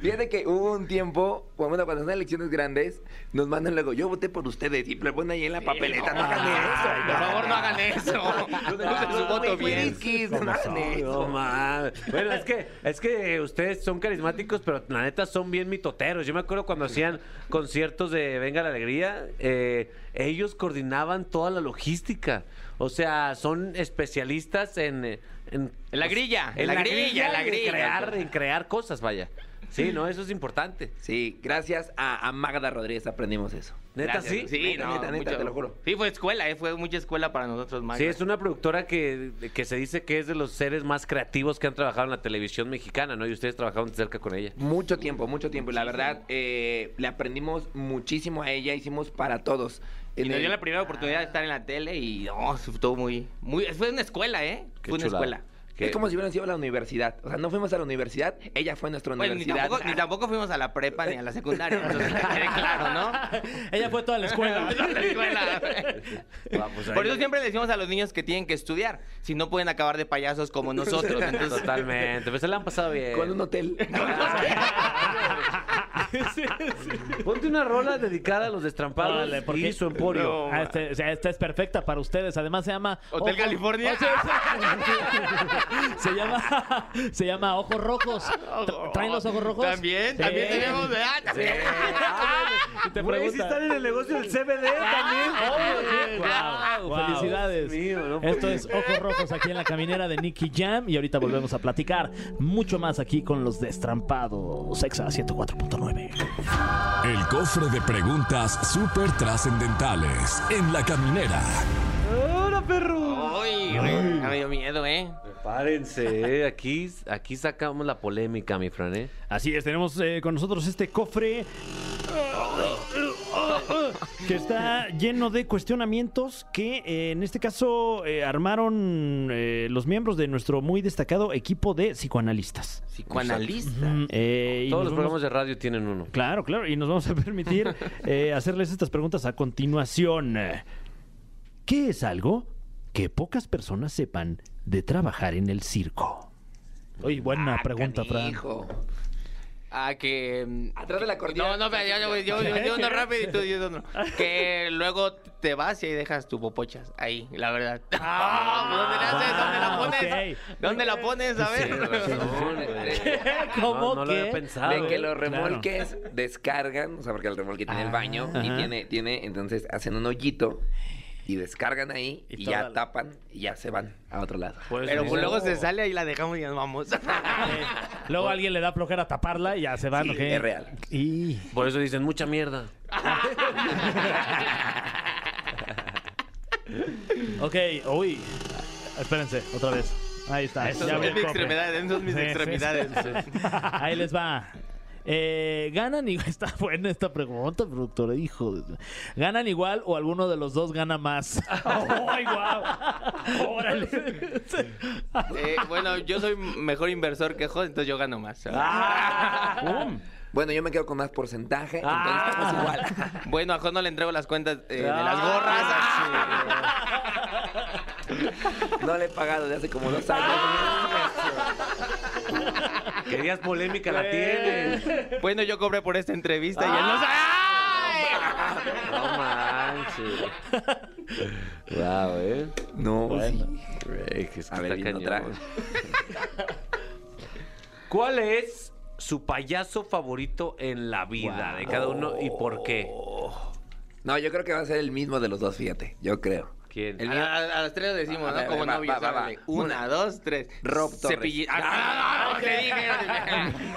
H: Fíjate que hubo un tiempo, bueno, bueno, cuando son elecciones grandes, nos mandan luego, yo voté por ustedes y le ponen ahí en la papeleta, no hagan
G: Ay,
H: eso.
G: Por favor, no hagan eso. Usen su voto bien.
H: Wikis, no hagan
B: No
H: eso.
B: mames. Bueno, es que, es que ustedes son carismáticos, pero la neta son bien mitoteros. Yo me acuerdo cuando hacían conciertos de Venga la Alegría, eh, ellos coordinaban toda la logística. O sea, son especialistas en. eh, En,
G: En la grilla,
B: en
G: en la grilla, en la
B: y en
G: grilla.
B: crear, en crear cosas, vaya. Sí, no, eso es importante.
H: Sí, gracias a, a Magda Rodríguez aprendimos eso.
B: Neta,
G: Gracias.
B: sí.
H: Neta,
G: no,
H: neta, neta, te lo juro.
G: Sí, fue escuela, ¿eh? Fue mucha escuela para nosotros, más.
B: Sí, es una productora que, que se dice que es de los seres más creativos que han trabajado en la televisión mexicana, ¿no? Y ustedes trabajaron de cerca con ella.
H: Mucho tiempo, mucho tiempo. Y la verdad, eh, le aprendimos muchísimo a ella, hicimos para todos.
G: Y
H: En
G: nos
H: el-
G: dio la primera oportunidad de estar en la tele y oh, no, estuvo muy, muy. Fue una escuela, ¿eh?
B: Qué
G: fue una
B: chulada.
G: escuela. Pues,
B: Que-
H: Es como si hubieran sido a la universidad. O sea, no fuimos a la universidad, ella fue a nuestra
G: Bueno, pues, ni
H: universidad.
G: tampoco, ni tampoco fuimos a la prepa ni a la secundaria, entonces que quede claro,
H: Pues
C: *laughs*
G: ¿no?
C: Ella fue toda la escuela.
G: Toda
C: *laughs*
G: la escuela. Por eso siempre le decimos a los niños que tienen que estudiar, si no pueden acabar de payasos como
H: *laughs*
G: nosotros. Entonces,
B: Totalmente, pues se la han pasado bien.
H: *laughs* Con un *laughs* hotel.
B: Ponte una rola dedicada a los destrampados
C: Órale, ¿por
B: y
C: qué?
B: su emporio.
G: No.
C: Ah, este- o sea, esta es perfecta para ustedes. Además se llama
G: Hotel California.
C: O sea, *laughs* se llama se llama Ojos Rojos. Tra- ¿Traen los ojos rojos?
G: También,
C: Sí. Ah,
G: también tenemos. ah, también.
C: Y te
B: Güey, si
C: preguntan.
B: están en el negocio del
H: *laughs*
B: CBD
H: Ah,
B: también.
C: Wow,
B: Wow.
C: Felicidades.
B: Dios mío, no
C: Esto es Ojos Rojos aquí en la caminera de Nicky Jam y ahorita volvemos a platicar mucho más aquí con los destrampados. Exa 104.9.
A: El cofre de preguntas súper trascendentales en la caminera.
G: Ay, güey, ya me dio miedo, ¿eh?
H: Pues
B: Prepárense, eh, aquí, aquí sacamos la polémica, mi Fran, ¿eh?
D: Así es, tenemos eh, con nosotros este cofre que está lleno de cuestionamientos que eh, en este caso eh, armaron eh, los miembros de nuestro muy destacado equipo de psicoanalistas.
G: Psicoanalista.
D: Eh, y
B: Todos los
D: nos vamos-
B: programas de radio tienen uno.
D: Claro, claro, y nos vamos a permitir
B: *laughs*
D: eh, hacerles estas preguntas a continuación. ¿Qué es algo que pocas personas sepan de trabajar en el circo?
C: Oye, buena
G: Ah,
C: pregunta, Fran.
H: Hijo.
G: Ah, que. mm,
H: Atrás de la cortina.
G: No, no, pero yo, yo, yo, yo-
H: *laughs*
G: yo uno rápido y tú yo uno. Que luego te vas y ahí dejas tu popochas. Ahí, la verdad. Ah, *laughs* ¿Dónde la haces? ¿Dónde la pones? ¿Dónde la pones? A ver.
H: *laughs*
C: *laughs* ¿Cómo
B: no, no lo había
C: que?
B: pensado.
H: de que
B: ¿eh?
H: los remolques descargan, o sea, porque el remolque tiene el baño y tiene, tiene, entonces hacen un hoyito y descargan ahí y, ya tapan y ya se van a otro lado.
G: *laughs* Pero pues, luego se sale y la dejamos y nos vamos. *laughs*
C: Luego alguien le da flojera taparla y ya se van, ¿ok?
H: Es real.
C: Y...
B: Por eso dicen mucha mierda.
C: Ok, uy. Espérense, otra vez. Ahí está.
G: Esas
C: ya
G: son
C: abrí
G: mis
C: el cofre.
G: extremidades, esas son mis
C: Sí, sí,
G: extremidades.
C: sí, sí. *laughs* Ahí les va. Eh, ganan igual. *laughs* Está buena esta pregunta, productor. Hijo. de- ¿Ganan igual o alguno de los dos gana más? *laughs* ¡Ay, wow! ¡Órale!
G: *laughs* Eh, bueno, yo soy mejor inversor que Jos, entonces yo gano más.
C: Ah,
H: Bueno, yo me quedo con más porcentaje, entonces estamos igual.
G: *laughs* Bueno, a Jos no le entrego las cuentas eh, de las gorras.
C: Ah,
G: *laughs*
H: No le he pagado de hace como dos años.
B: Querías polémica, la tienes.
G: Bueno, yo cobré por esta entrevista y
C: Ah,
G: él no sabe.
B: No manches. Wow, ¿eh?
H: No, sí.
B: Güey, que es que
H: A ver,
B: está
H: viene
B: cañón. ¿Cuál es su payaso favorito en la vida de cada uno y por qué?
H: No, yo creo que va a ser el mismo de los dos, fíjate. Yo creo.
B: ¿Quién?
H: El
G: A,
H: mío-
G: la- a las tres lo decimos,
H: A
G: ¿no?
H: ver,
G: Como
H: va,
G: novios.
H: va, va,
G: órale.
H: va.
G: Una, dos, tres.
H: Rob Torres.
G: Cepilli- Ah, no, no, no, te dije, te dije.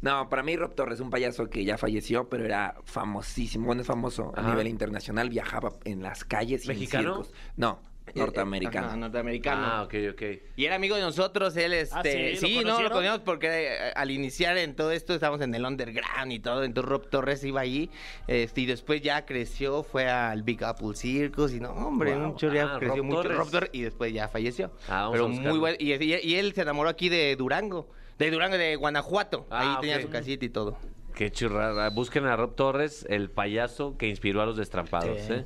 H: No, para mí Rob Torres, un payaso que ya falleció, pero era famosísimo. Bueno, es famoso
B: Ajá.
H: a nivel internacional. Viajaba en las calles y en
B: ¿Mexicano?
H: circos. No, *laughs* norteamericano.
G: Eh, Ajá, norteamericano.
B: Ah, ok, ok.
G: Y era amigo de nosotros, él, este,
C: Ah, ¿sí? ¿Lo
G: sí, no, lo
C: conocieron?
G: conocíamos porque eh, al iniciar en todo esto estábamos en el underground y todo, entonces Rob Torres iba allí, este, y después ya creció, fue al Big Apple Circus y no, hombre,
B: Wow.
G: mucho, ya
B: Ah,
G: creció
B: Rob
G: mucho
B: Torres.
G: Rob Torres y después ya falleció.
B: Ah, vamos a
G: Pero
B: buscarlo.
G: muy bueno, y, y- y él se enamoró aquí de Durango, de Durango, de Guanajuato,
B: Ah,
G: ahí tenía
B: ok.
G: su casita y todo.
B: Qué churrada. Busquen a Rob Torres, el payaso que inspiró a los destrampados.
G: Sí.
B: ¿eh?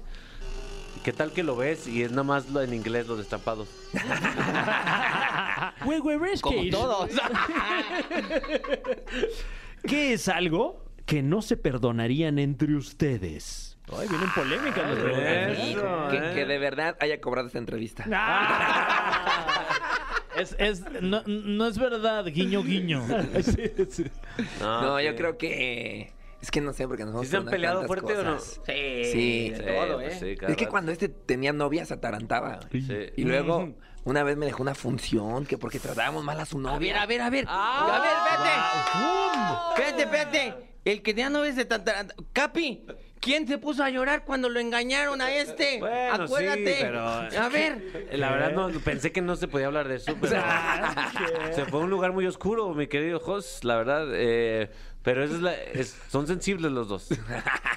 B: ¿Qué tal que lo ves y es nada más lo- en inglés los destrampados?
D: Güey, güey, ¿ves
G: Como
D: que-
G: todos.
D: ¿Qué es algo que no se perdonarían entre ustedes? Ay, vienen polémicas
H: Pues,
C: Ah,
D: las preguntas.
B: Eso,
H: que,
B: eh.
H: que de verdad haya cobrado esta entrevista.
C: Ah. Es, es- no, no es verdad, guiño, guiño.
G: Ah,
H: No,
B: ok.
H: yo creo que. eh, Es que no sé, porque nos vamos
B: Ah, ¿Sí se han
H: a
B: peleado
H: perdonar tantas
B: fuerte o no?
H: cosas.
G: sí,
H: Sí.
G: Eh, de
B: Sí,
G: todo,
B: pues
G: ¿eh?
B: sí, cada
H: Es que
B: rato.
H: cuando este tenía novia, se atarantaba.
B: Sí.
H: Y luego, una vez me dejó una función que porque tratábamos mal a su novia.
G: A ver, a ver, a ver.
B: Ah.
G: a ver, espérate. Espérate, espérate. El que ya no ves de tan taran- Capi, ¿quién *laughs* se puso a llorar cuando lo engañaron a este?
B: Bueno, sí,
G: Acuérdate.
B: pero-
G: *laughs* A ver.
B: La verdad, no, pensé que no se podía hablar de eso,
G: *laughs*
B: pero
G: Ah,
B: se fue a un lugar muy oscuro, mi querido Jos, la verdad. eh, pero esa es la- es- son sensibles los
G: *laughs*
B: dos.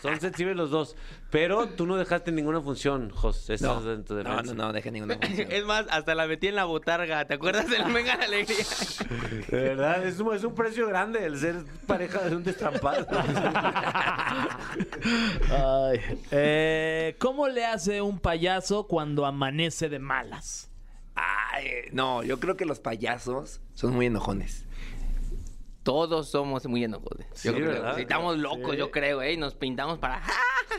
B: Son sensibles los dos. Pero tú no dejaste ninguna función, Jos. Esa
H: No,
B: es en tu
H: no,
B: defensa.
H: no, no, deja ninguna función.
G: Es más, hasta la metí en la botarga. ¿Te acuerdas del Venga la Alegría?
B: De verdad, es un, es un precio grande el ser pareja de un destrampado.
C: Ay, eh, ¿Cómo le hace un payaso cuando amanece de malas?
H: Ay, no, yo creo que los payasos son muy enojones.
G: *laughs* Todos somos muy enojones.
B: Sí,
G: yo creo.
B: ¿verdad?
G: Sí, Estamos locos, yo creo, ¿eh? Y nos pintamos para. *laughs*
H: ¿Sabe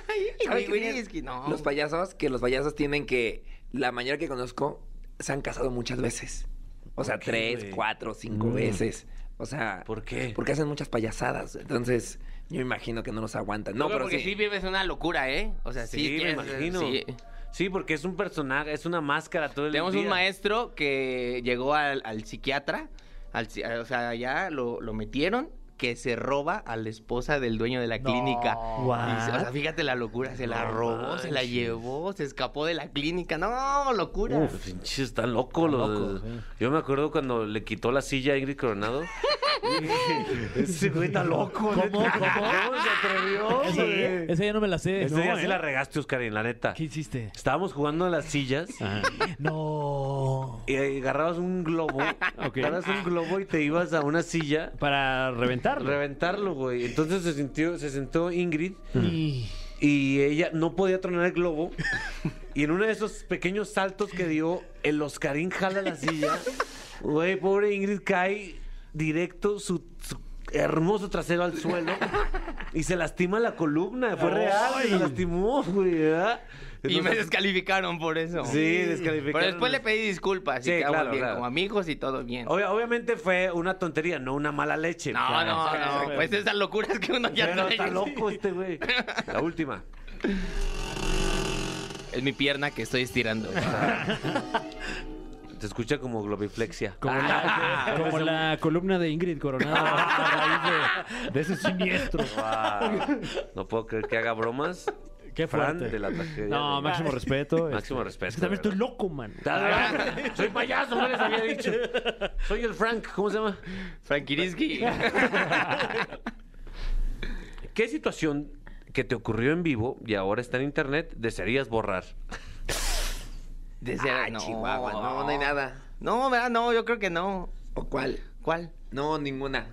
G: ¡Ay,
H: qué
G: güey,
H: tienen
G: es que no.
H: Los payasos, que los payasos tienen que. La mayoría que conozco se han casado muchas veces. O sea,
B: qué,
H: tres,
B: güey?
H: cuatro, cinco
G: Mm.
H: veces. O sea.
B: ¿Por qué?
H: Porque hacen muchas payasadas. Entonces, yo imagino que no los aguantan. No,
G: Yo creo
H: pero
G: porque
H: sí.
G: sí. vives una locura, ¿eh? O sea, *laughs* sí.
B: Sí, me
G: quieres-
B: imagino. Sí.
G: sí.
B: porque es un personaje, es una máscara todo el
G: Tenemos
B: día.
G: un maestro que llegó al, al psiquiatra, al ci- o sea, ya lo, lo metieron, que se roba a la esposa del dueño de la clínica. Y se- o sea, fíjate la locura, se la
B: No
G: robó, se la
B: manches.
G: llevó, se escapó de la clínica. No, locura.
B: Uf, pinches, están locos
G: Están
B: los-
G: locos, sí.
B: Yo me acuerdo cuando le quitó la silla a Ingrid Coronado. Ese güey está loco.
C: ¿Cómo?
B: neta.
C: ¿Cómo?
B: se atrevió?
C: Esa, esa ya no me la sé.
B: Ese
C: No,
B: día sí
C: ¿eh?
B: la regaste, Oscarín, la neta.
C: ¿Qué hiciste?
B: Estábamos jugando a las sillas
C: No.
B: y agarrabas un globo.
D: Ok.
B: Agarrabas un globo y te ibas a una silla.
D: Para reventarlo.
B: Reventarlo, güey. Entonces se sintió, se sentó Ingrid
C: Y-
B: y ella no podía tronar el globo. Y en uno de esos pequeños saltos que dio, el Oscarín jala la silla. Güey, pobre Ingrid cae directo su, su hermoso trasero al suelo y se lastima la columna. Fue real, se lastimó, güey. ¿verdad?
G: y me
B: Entonces-
G: descalificaron por eso.
B: Sí, descalificaron.
G: Pero después le pedí disculpas y
B: Sí,
G: quedamos
B: claro,
G: bien,
B: claro.
G: como amigos y todo bien.
B: Obvia- obviamente fue una tontería, no una mala leche.
G: no,
B: Claro.
G: no, no, Pues esas locuras que uno ya
B: Pero
G: trae.
B: está loco este güey. La última.
G: Es mi pierna que
B: *laughs*
G: estoy estirando.
B: Se escucha como globiflexia.
D: Como,
C: Ah,
D: la, como la columna de Ingrid Coronado
C: *laughs*
D: a raíz de, de ese siniestro.
B: Wow. No puedo creer que haga bromas.
D: Qué
B: Fran
D: fuerte.
B: de la tragedia.
D: No,
B: de-
D: máximo respeto.
B: Máximo
C: este,
D: Es
B: respeto.
D: que también
B: de
D: estoy loco, man.
B: verdad. Ah, Soy payaso, no les había dicho. Soy el Frank, ¿cómo se llama? *laughs*
G: Frankiriski.
B: ¿Qué situación que te ocurrió en vivo y ahora está en internet desearías borrar?
G: De ser-
H: Ah, Chihuahua, no, no hay nada.
G: No, ¿verdad? No, yo creo que no.
H: ¿O cuál?
G: ¿Cuál?
H: No, ninguna.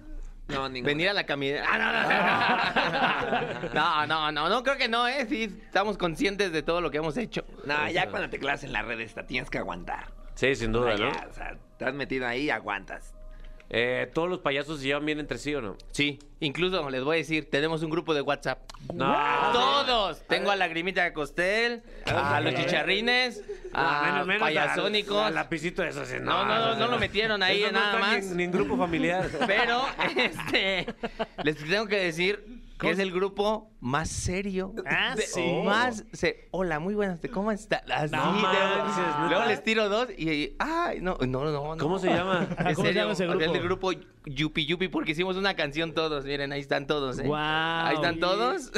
H: No, ninguna.
G: Venir a la caminera. Ah, no, no, no. no, no, no, no, creo que no, ¿eh? Sí, estamos conscientes de todo lo que hemos hecho.
H: No, ya cuando te clavas en las redes te tienes que aguantar. Ah,
B: Sí, sin duda, ¿no?
H: Ya, o sea, estás metido ahí y aguantas.
B: Eh, ¿Todos los payasos se llevan bien entre sí o no?
G: Sí, incluso les voy a decir, tenemos un grupo de WhatsApp.
B: No.
G: Ah, Todos. Tengo a Lagrimita de Costel, a los chicharrines, a
B: Ah, menos, menos
G: payasónicos.
B: al- al lapicito de esos.
G: No, no, no, no lo metieron ahí,
B: Eso no
G: nada
B: está ni
G: más. *laughs*
B: en- Ni en grupo familiar.
G: Pero, este, les tengo que decir que es el grupo más serio.
C: Ah,
G: De-
C: sí.
G: Más se- Hola, muy buenas. ¿Cómo estás? Así,
B: No
G: de-
B: manches, ¿neta?
G: Luego les tiro dos y, y- Ay, no, no, no. no.
B: ¿Cómo se llama?
C: Ah,
G: En
C: ¿cómo se
G: serio,
C: llama ese
G: porque Es el
C: grupo?
G: grupo Yupi Yupi porque hicimos una canción todos. Miren, ahí están todos. ¿eh?
D: Guau.
G: Ahí están todos.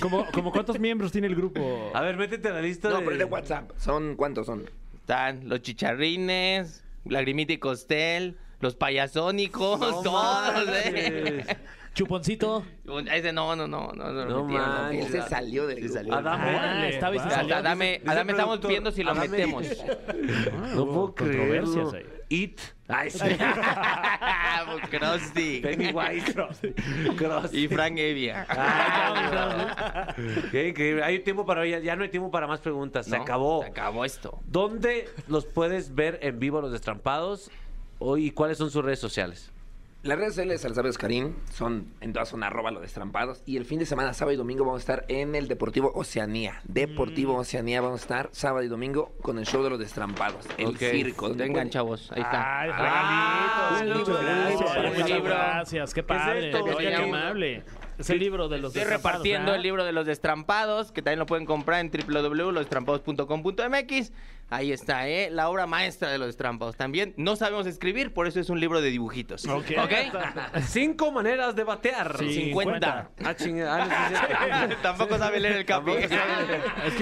D: ¿Como, como cuántos miembros tiene el grupo?
B: A ver, métete a la lista
H: No,
B: de...
H: pero es de WhatsApp. ¿Son cuántos son?
G: Están los chicharrines, Lagrimita y Costel, los payasónicos,
B: No
G: todos, ¿eh?
B: manches.
C: Chuponcito.
G: Ese no, no, no, no. lo
B: No
G: metieron, no.
B: manches.
H: Él se salió del
G: Se
H: grupo.
G: salió.
B: Adam,
C: Ah,
B: órale.
C: estaba y se
G: Hasta
C: salió.
G: Adame,
B: Dice- dice
G: Adame
B: el
G: estamos
B: productor,
G: viendo si lo
B: Adame- *laughs*
G: metemos.
B: No puedo creerlo.
D: Ah, Controversias ahí.
B: It. Ay,
D: *laughs*
B: sí.
G: Pues, Krusty.
B: Pennywise. Cross.
G: Y Frank Evia.
B: Ah, no. Qué increíble. Hay tiempo para ya, ya no hay tiempo para más preguntas. Se
G: No,
B: acabó.
G: Se acabó esto.
B: ¿Dónde los puedes ver en vivo a los destrampados? O- ¿Y cuáles son sus redes sociales?
H: Las redes sociales, al sabes, Karim, son en todas son arroba los destrampados. Y el fin de semana, sábado y domingo, vamos a estar en el Deportivo Oceanía. Deportivo Oceanía vamos a estar sábado y domingo con el show de los destrampados. El
B: Ok.
H: circo. donde
G: Vengan,
H: pueden-
G: chavos. Ahí está. Ah,
D: Ay,
B: Ah, muchas
D: regalitos. Muchas
B: gracias.
D: gracias.
G: Libro.
C: Gracias, qué padre.
B: esto?
C: Oye,
G: Se
C: qué
G: llama-
C: amable. Es el libro de los
G: Estoy
C: destrampados,
G: repartiendo
C: ¿verdad?
G: el libro de los destrampados, que también lo pueden comprar en www.losdestrampados.com.mx. Ahí está, ¿eh? La obra maestra de los destrampados. También no sabemos escribir, por eso es un libro de dibujitos.
C: Ok.
B: *laughs* Cinco maneras de batear.
C: Sí,
G: 50.
B: Ah, chingada. Ah, no, sí, sí.
G: *laughs* Tampoco sabe leer el capi.
D: Es que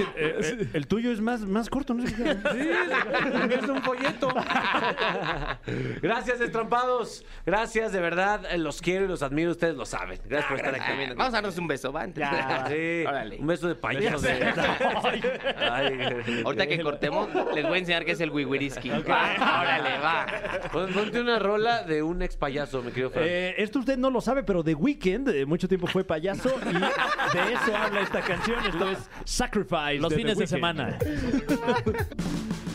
D: eh, eh, el tuyo es más, más corto, ¿no?
B: Sí,
D: *laughs*
B: es un folleto. Gracias, destrampados. Gracias, de verdad. eh, Los quiero y los admiro. Ustedes lo saben. Gracias por estar aquí.
G: Vamos a darnos un beso, ¿va? *laughs*
B: Sí.
G: Órale.
B: Un beso de payaso. de- Ay.
G: Ahorita que cortemos, les voy a enseñar qué es el wiwiriski.
B: Ah,
G: Va, Órale, va.
B: Pon- Ponte una rola de un ex payaso, mi querido Fran.
D: Eh, esto usted no lo sabe, pero The Weeknd eh, mucho tiempo fue payaso y de eso habla esta canción. Esto es Sacrifice.
C: Los
D: de The
C: fines de
D: Weeknd.
C: semana.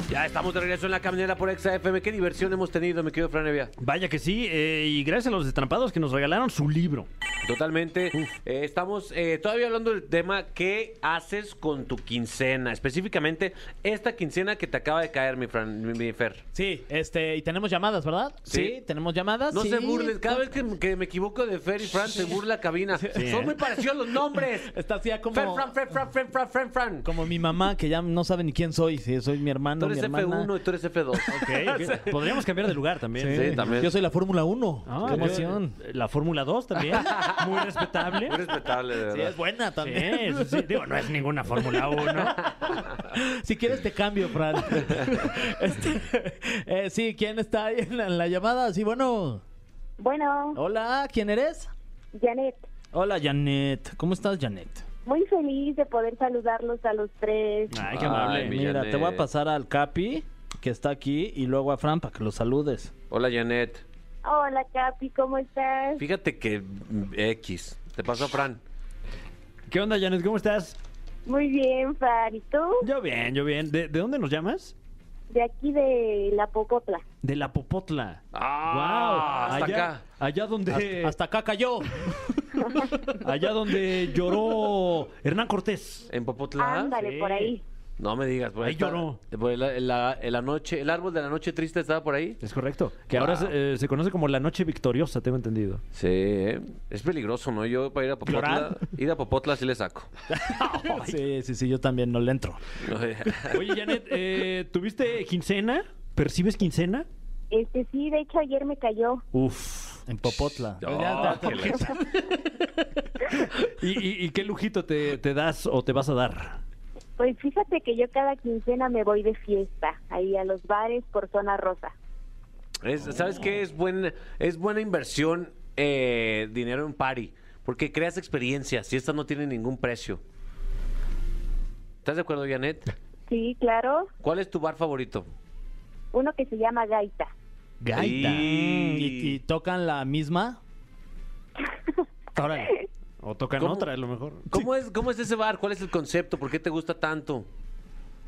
B: Ya estamos de regreso en la caminera por Exa FM. Qué diversión hemos tenido, mi querido Fran Evia.
D: Vaya que sí, eh, y gracias a los destrampados que nos regalaron su libro.
B: Totalmente. Eh, estamos eh, todavía hablando del tema qué haces con tu quincena. Específicamente esta quincena que te acaba de caer, mi, Fran, mi, mi Fer.
C: Sí, este, y tenemos llamadas, ¿verdad?
B: Sí.
D: *laughs*
C: tenemos llamadas.
B: No
C: sí.
B: se burlen. Cada vez que, que me equivoco de Fer y Fran, se burla la cabina. Son muy parecidos los
C: *laughs*
B: nombres.
C: Está así ya como-
B: Fer, Fran, Fer, Fran, Fran, Fran, Fran, Fran.
C: Como mi mamá, que ya no sabe ni quién soy, si soy mi hermano,
B: Tú eres
C: mi hermana.
B: F1 y tú eres
C: *laughs*
B: F2. *laughs*
D: Podríamos cambiar de lugar también.
B: Sí, también.
C: Yo soy la Fórmula 1.
D: Ah,
C: Qué emoción.
D: yo- La Fórmula
C: *laughs*
D: 2 también. Muy respetable.
B: Muy respetable, de
C: Sí,
B: verdad.
C: es buena
D: Sí,
C: también.
D: sí, sí. Digo, no es ninguna Fórmula 1.
C: *laughs* Si quieres te cambio,
B: *laughs*
C: Fran. Este, eh, sí, ¿quién está ahí en la, en la llamada? Sí, bueno.
E: Bueno,
C: Oh. Hola, ¿quién eres?
E: Janet,
C: Hola, Janet. ¿Cómo estás, Janet?
E: muy feliz de poder saludarlos a los tres.
D: Ay, qué amable.
B: Ay, mi
C: Mira,
B: Janet.
C: te voy a pasar al Capi, que está aquí, y luego a Fran para que lo saludes.
B: Hola, Janet.
E: Hola, Capi, ¿cómo estás?
B: Fíjate que mm, X. Te pasó a Fran.
D: ¿Qué onda, Janet? ¿Cómo estás?
E: Muy bien, Fran. ¿Y tú?
D: Yo bien, yo bien. ¿De, de dónde nos llamas?
E: De aquí de La Popotla.
D: De la Popotla.
B: Ah,
D: wow.
B: hasta
D: allá,
B: acá.
D: Allá donde,
C: Hasta acá
D: *laughs*
C: cayó.
D: allá donde lloró Hernán Cortés.
B: En Popotlán.
E: Ándale,
D: sí.
E: por ahí.
B: No me digas, por
D: Ahí
B: está-
D: lloró.
B: por la, la- la noche, el árbol de la noche triste estaba por ahí.
D: Es correcto. Que ahora se, eh, se conoce como la noche victoriosa, tengo entendido.
B: Sí, ¿eh? es peligroso, ¿no? Yo para ir a Popotla,
D: ¿Llorar?
B: ir a Popotla sí le
D: *laughs*
B: saco.
C: Sí, sí, sí, yo también no le entro.
D: Oye, Janet, eh, ¿tuviste quincena? ¿Percibes quincena?
E: Este sí, de hecho ayer me cayó.
D: Uf.
C: En Popotla.
B: Oh, qué la-
D: *laughs* ¿Y, y- y qué lujito te, te das o te vas a dar?
E: Pues fíjate que yo cada quincena me voy de fiesta, ahí a los bares por zona rosa.
B: Es- ¿Sabes qué? Es, buen, es buena inversión eh, dinero en party, porque creas experiencias y estas no tienen ningún precio. ¿Estás de acuerdo, Janet?
E: Sí, claro.
B: ¿Cuál es tu bar favorito?
E: Uno que se llama Gaita.
C: Gaita.
B: Sí.
C: ¿Y, y tocan la misma? Órale.
D: O tocan
B: ¿Cómo?
D: otra, a lo mejor.
B: ¿Cómo, es, ¿Cómo es ese bar? ¿Cuál es el concepto? ¿Por qué te gusta tanto?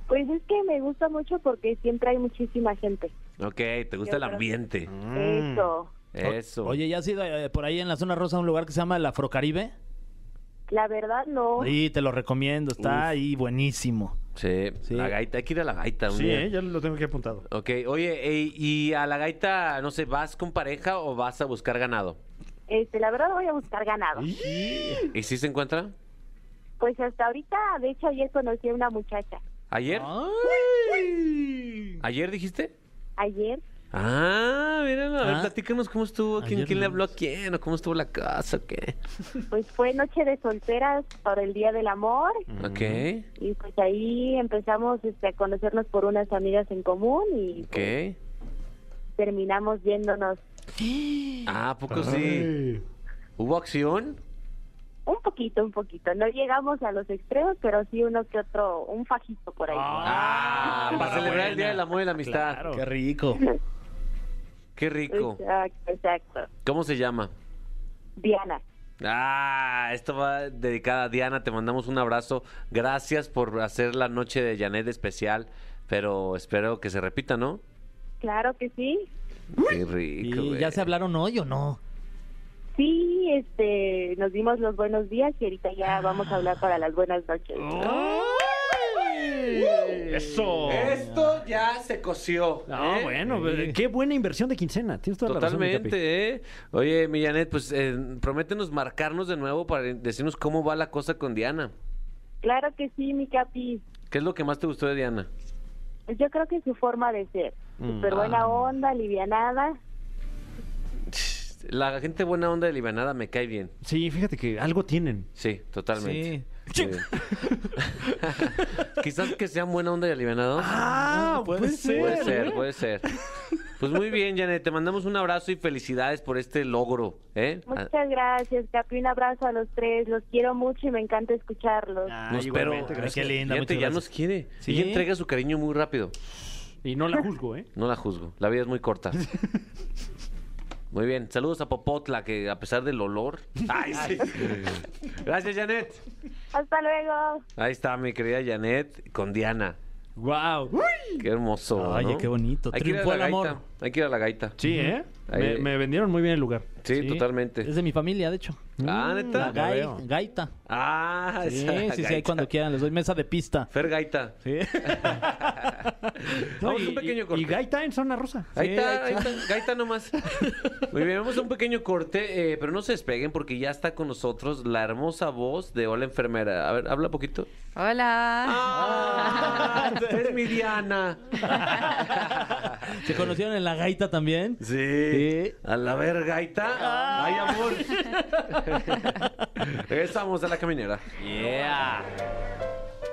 E: Pues es que me gusta mucho porque siempre hay muchísima gente.
B: Ok, te gusta el
E: creo-
B: ambiente.
E: Eso.
B: Eso.
C: Oye, ¿ya has ido eh, por ahí en la zona rosa a un lugar que se llama el Afrocaribe?
E: La verdad no.
C: Sí, te lo recomiendo. Está ahí buenísimo.
B: Sí,
C: Sí.
B: la gaita. Hay que ir a la gaita un
D: Sí,
B: día.
D: ¿eh? ya lo tengo aquí apuntado.
B: Ok, oye, ey, ¿y a la gaita, no sé, vas con pareja o vas a buscar ganado?
E: Este, la verdad voy a buscar ganado.
B: ¿Y si se encuentra?
E: Pues hasta ahorita, de hecho ayer conocí a una muchacha.
B: ¿Ayer?
C: ¡Ay!
B: ¿Ayer dijiste?
E: Ayer,
B: Ah, miren, a ver,
C: Ah.
B: platícanos cómo estuvo, quién,
C: Ayer
B: quién le
C: no.
B: habló a quién, o cómo estuvo la casa, o qué.
E: pues fue noche de solteras por el Día del Amor
B: Ok,
C: Mm.
E: y pues ahí empezamos este, a conocernos por unas amigas en común y
B: ok.
E: terminamos viéndonos
B: Ah, ¿a poco sí? ¿Hubo acción?
E: un poquito, un poquito. No llegamos a los extremos, pero sí uno que otro, un fajito por ahí.
D: Ah,
B: para celebrar el Día del
D: la
B: Amor y la Amistad.
D: Claro.
C: ¡Qué rico!
B: Qué rico.
E: Exacto, exacto.
B: ¿Cómo se llama?
E: Diana,
B: Ah, esto va dedicada a Diana. Te mandamos un abrazo. Gracias por hacer la noche de Janet especial. Pero espero que se repita, ¿no?
E: claro que sí.
B: Qué rico.
C: ¿Y
B: güey.
C: ya se hablaron hoy o no?
E: Sí, este, nos dimos los buenos días y ahorita ya vamos a hablar para las buenas noches.
B: Oh.
D: Eso.
B: Esto ya se coció.
D: No,
B: ¿eh?
D: bueno, pues, qué buena inversión de quincena. Tienes toda la razón. mi Capi.
B: Totalmente, ¿eh? Oye, mi Janet, pues eh, prométenos marcarnos de nuevo para decirnos cómo va la cosa con Diana.
E: Claro que sí, mi capi.
B: ¿Qué es lo que más te gustó de Diana?
E: Pues yo creo que su forma de ser.
B: Mm.
E: Súper
B: Ah.
E: buena onda, alivianada.
B: La gente buena onda de Libanada me cae bien.
D: Sí, fíjate que algo tienen.
B: Sí, totalmente.
C: Sí.
D: *laughs*
B: Muy bien. *laughs* Quizás que sean buena onda y alivianados.
D: Ah, puede,
B: puede ser, puede ser. Pues muy bien, Janet, te mandamos un abrazo y felicidades por este logro, ¿eh?
E: Muchas gracias, Capi. Un abrazo a los tres. Los quiero mucho y me encanta escucharlos.
B: Ah, Nos pero-
C: Ay, qué linda,
B: Fíjate,
C: muchas
B: ya
C: Ah, gracias.
B: nos quiere.
C: Sí.
B: Ella entrega su cariño muy rápido.
D: Y no la juzgo, ¿eh?
B: No la juzgo. La vida es muy
C: *laughs*
B: corta. Muy bien. Saludos a Popotla, que a pesar del olor. Ay, sí. Gracias, Janet.
E: Hasta luego.
B: Ahí está mi querida Janet con Diana.
D: ¡Wow!
B: Qué hermoso.
C: Oye,
B: ¿no?
C: qué bonito.
B: Hay que ir a la
C: Triunfó el amor.
B: gaita. Hay que ir a la gaita.
D: Sí, ¿eh?
B: Ahí-
D: Me, me vendieron muy bien el lugar.
B: Sí,
C: Sí.
B: totalmente.
C: Es de mi familia, de hecho. Mm,
B: Ah,
C: La
B: neta.
D: ga-
C: gai-
D: veo.
C: *laughs* gaita.
B: Ah,
C: Sí,
B: esa
C: sí, sí,
B: gaita.
C: ahí cuando quieran. Les doy mesa de pista.
B: Fer Gaita.
C: Sí.
B: *laughs* Vamos a un pequeño corte.
D: Y Gaita en zona rosa.
B: Ahí
C: Sí,
B: está, ahí
C: ahí
B: está, gaita *laughs* nomás. Muy bien, vamos a un pequeño corte, eh, pero no se despeguen porque ya está con nosotros la hermosa voz de Hola Enfermera. A ver, habla poquito.
I: Hola.
B: Ah, es mi Diana.
C: *laughs* ¿Se conocieron en la gaita también?
B: Sí. A la ver, gaita. Ay, amor. *laughs* Regresamos a la caminera. Yeah.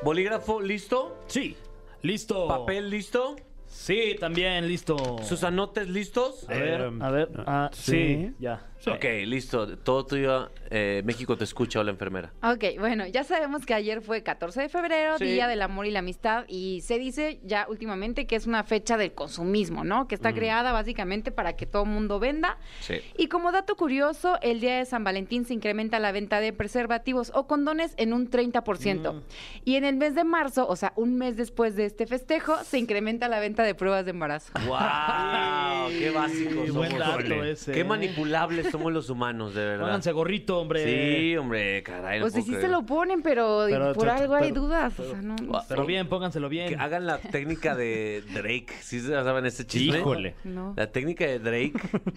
B: Bolígrafo listo.
C: Sí. Listo.
B: Papel listo.
C: Sí, también, listo.
B: Sus anotes listos.
C: A ver,
D: Eh,
C: a ver. Ah, sí.
D: sí.
C: ya.
B: Ok, listo. Todo tuyo. eh, México te escucha, hola enfermera.
I: Ok, bueno, ya sabemos que ayer fue 14 de febrero,
B: Sí.
I: Día del Amor y la Amistad, y se dice ya últimamente que es una fecha del consumismo, ¿no? Que está creada básicamente para que todo mundo venda.
B: Sí.
I: Y como dato curioso, el día de San Valentín se incrementa la venta de preservativos o condones en un 30%. Y en el mes de marzo, o sea, un mes después de este festejo, se incrementa la venta de pruebas de embarazo.
B: ¡Wow! ¡Qué básicos
C: Sí,
B: somos!
C: buen dato
B: hombre.
C: ese,
B: ¡Qué
C: ¿eh?
B: manipulables somos los humanos, de verdad!
C: Pónganse gorrito, hombre.
B: Sí, hombre, caray. no
I: o sea,
B: puedo
I: Pues sí se
B: creer.
I: lo ponen, pero,
C: Pero-
I: por algo hay
C: pero-
I: dudas. o sea, no, no
B: Pero-
I: sé.
C: Pero bien, pónganselo bien.
B: Que hagan la técnica de Drake. ¿Sí se saben este chisme?
D: Híjole.
I: No.
B: La técnica de Drake.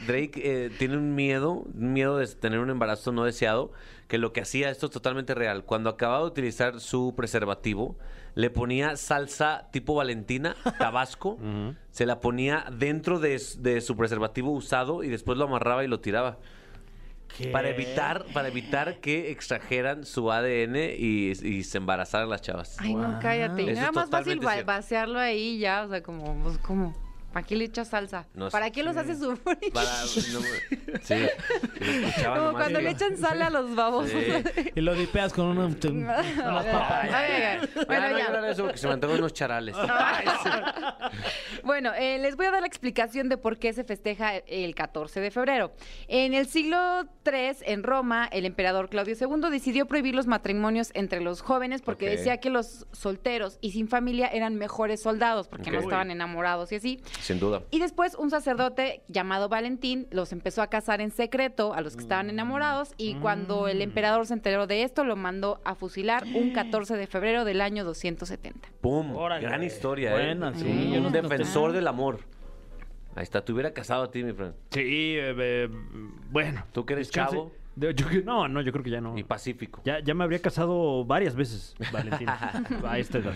B: Drake eh, tiene un miedo, un miedo de tener un embarazo no deseado, que lo que hacía, esto es totalmente real, cuando acababa de utilizar su preservativo, le ponía salsa tipo Valentina, Tabasco, se la ponía dentro de, s- de su preservativo usado y después lo amarraba y lo tiraba.
C: ¿Qué?
B: Para evitar, para evitar que extrajeran su ADN y, y se embarazaran las chavas.
I: Ay,
C: Wow.
I: no, cállate.
B: Eso
I: Y nada
B: es
I: más fácil
B: totalmente
I: ba-
B: cierto.
I: vaciarlo ahí y ya, o sea, como, pues, como, ¿para qué le echas salsa?
B: No
I: ¿Para
B: sé.
I: qué los
C: Mm.
I: haces sufrir? *laughs*
B: Para, no, sí, *laughs* lo escuchaba
I: como
B: nomás Ah,
I: cuando
B: que-
I: le echan sal a los babosos.
B: Sí.
C: Y lo dipeas con
I: *laughs*
C: una... unas papas.
I: Ay, ay, ay.
B: Ah,
I: Bueno,
B: no,
I: ya.
B: yo no haré eso porque se me antojan unos charales.
I: Bueno, eh, les voy a dar la explicación de por qué se festeja el 14 de febrero. En el siglo III, en Roma, el emperador Claudio II decidió prohibir los matrimonios entre los jóvenes porque
B: Ok.
I: decía que los solteros y sin familia eran mejores soldados porque
B: Ok.
I: no estaban enamorados y así.
B: Sin duda.
I: Y después un sacerdote llamado Valentín los empezó a casar en secreto a los que estaban enamorados y cuando el emperador se enteró de esto lo mandó a fusilar un 14 de febrero del año 270.
B: ¡Pum!
C: Órale.
B: Gran historia, ¿eh?
C: Buena, sí, yo no-
B: Un
C: no
B: defensor
I: tenía-
B: del amor. Ahí está, te hubiera casado a ti, mi friend.
D: Sí, eh, eh, bueno.
B: Tú que eres
D: Pues chance-
B: chavo
D: de- yo que- no, no, yo creo que ya no.
C: Ah.
B: y pacífico.
D: Ya, ya me habría casado varias
B: *laughs*
D: veces, Valentín. a esta edad.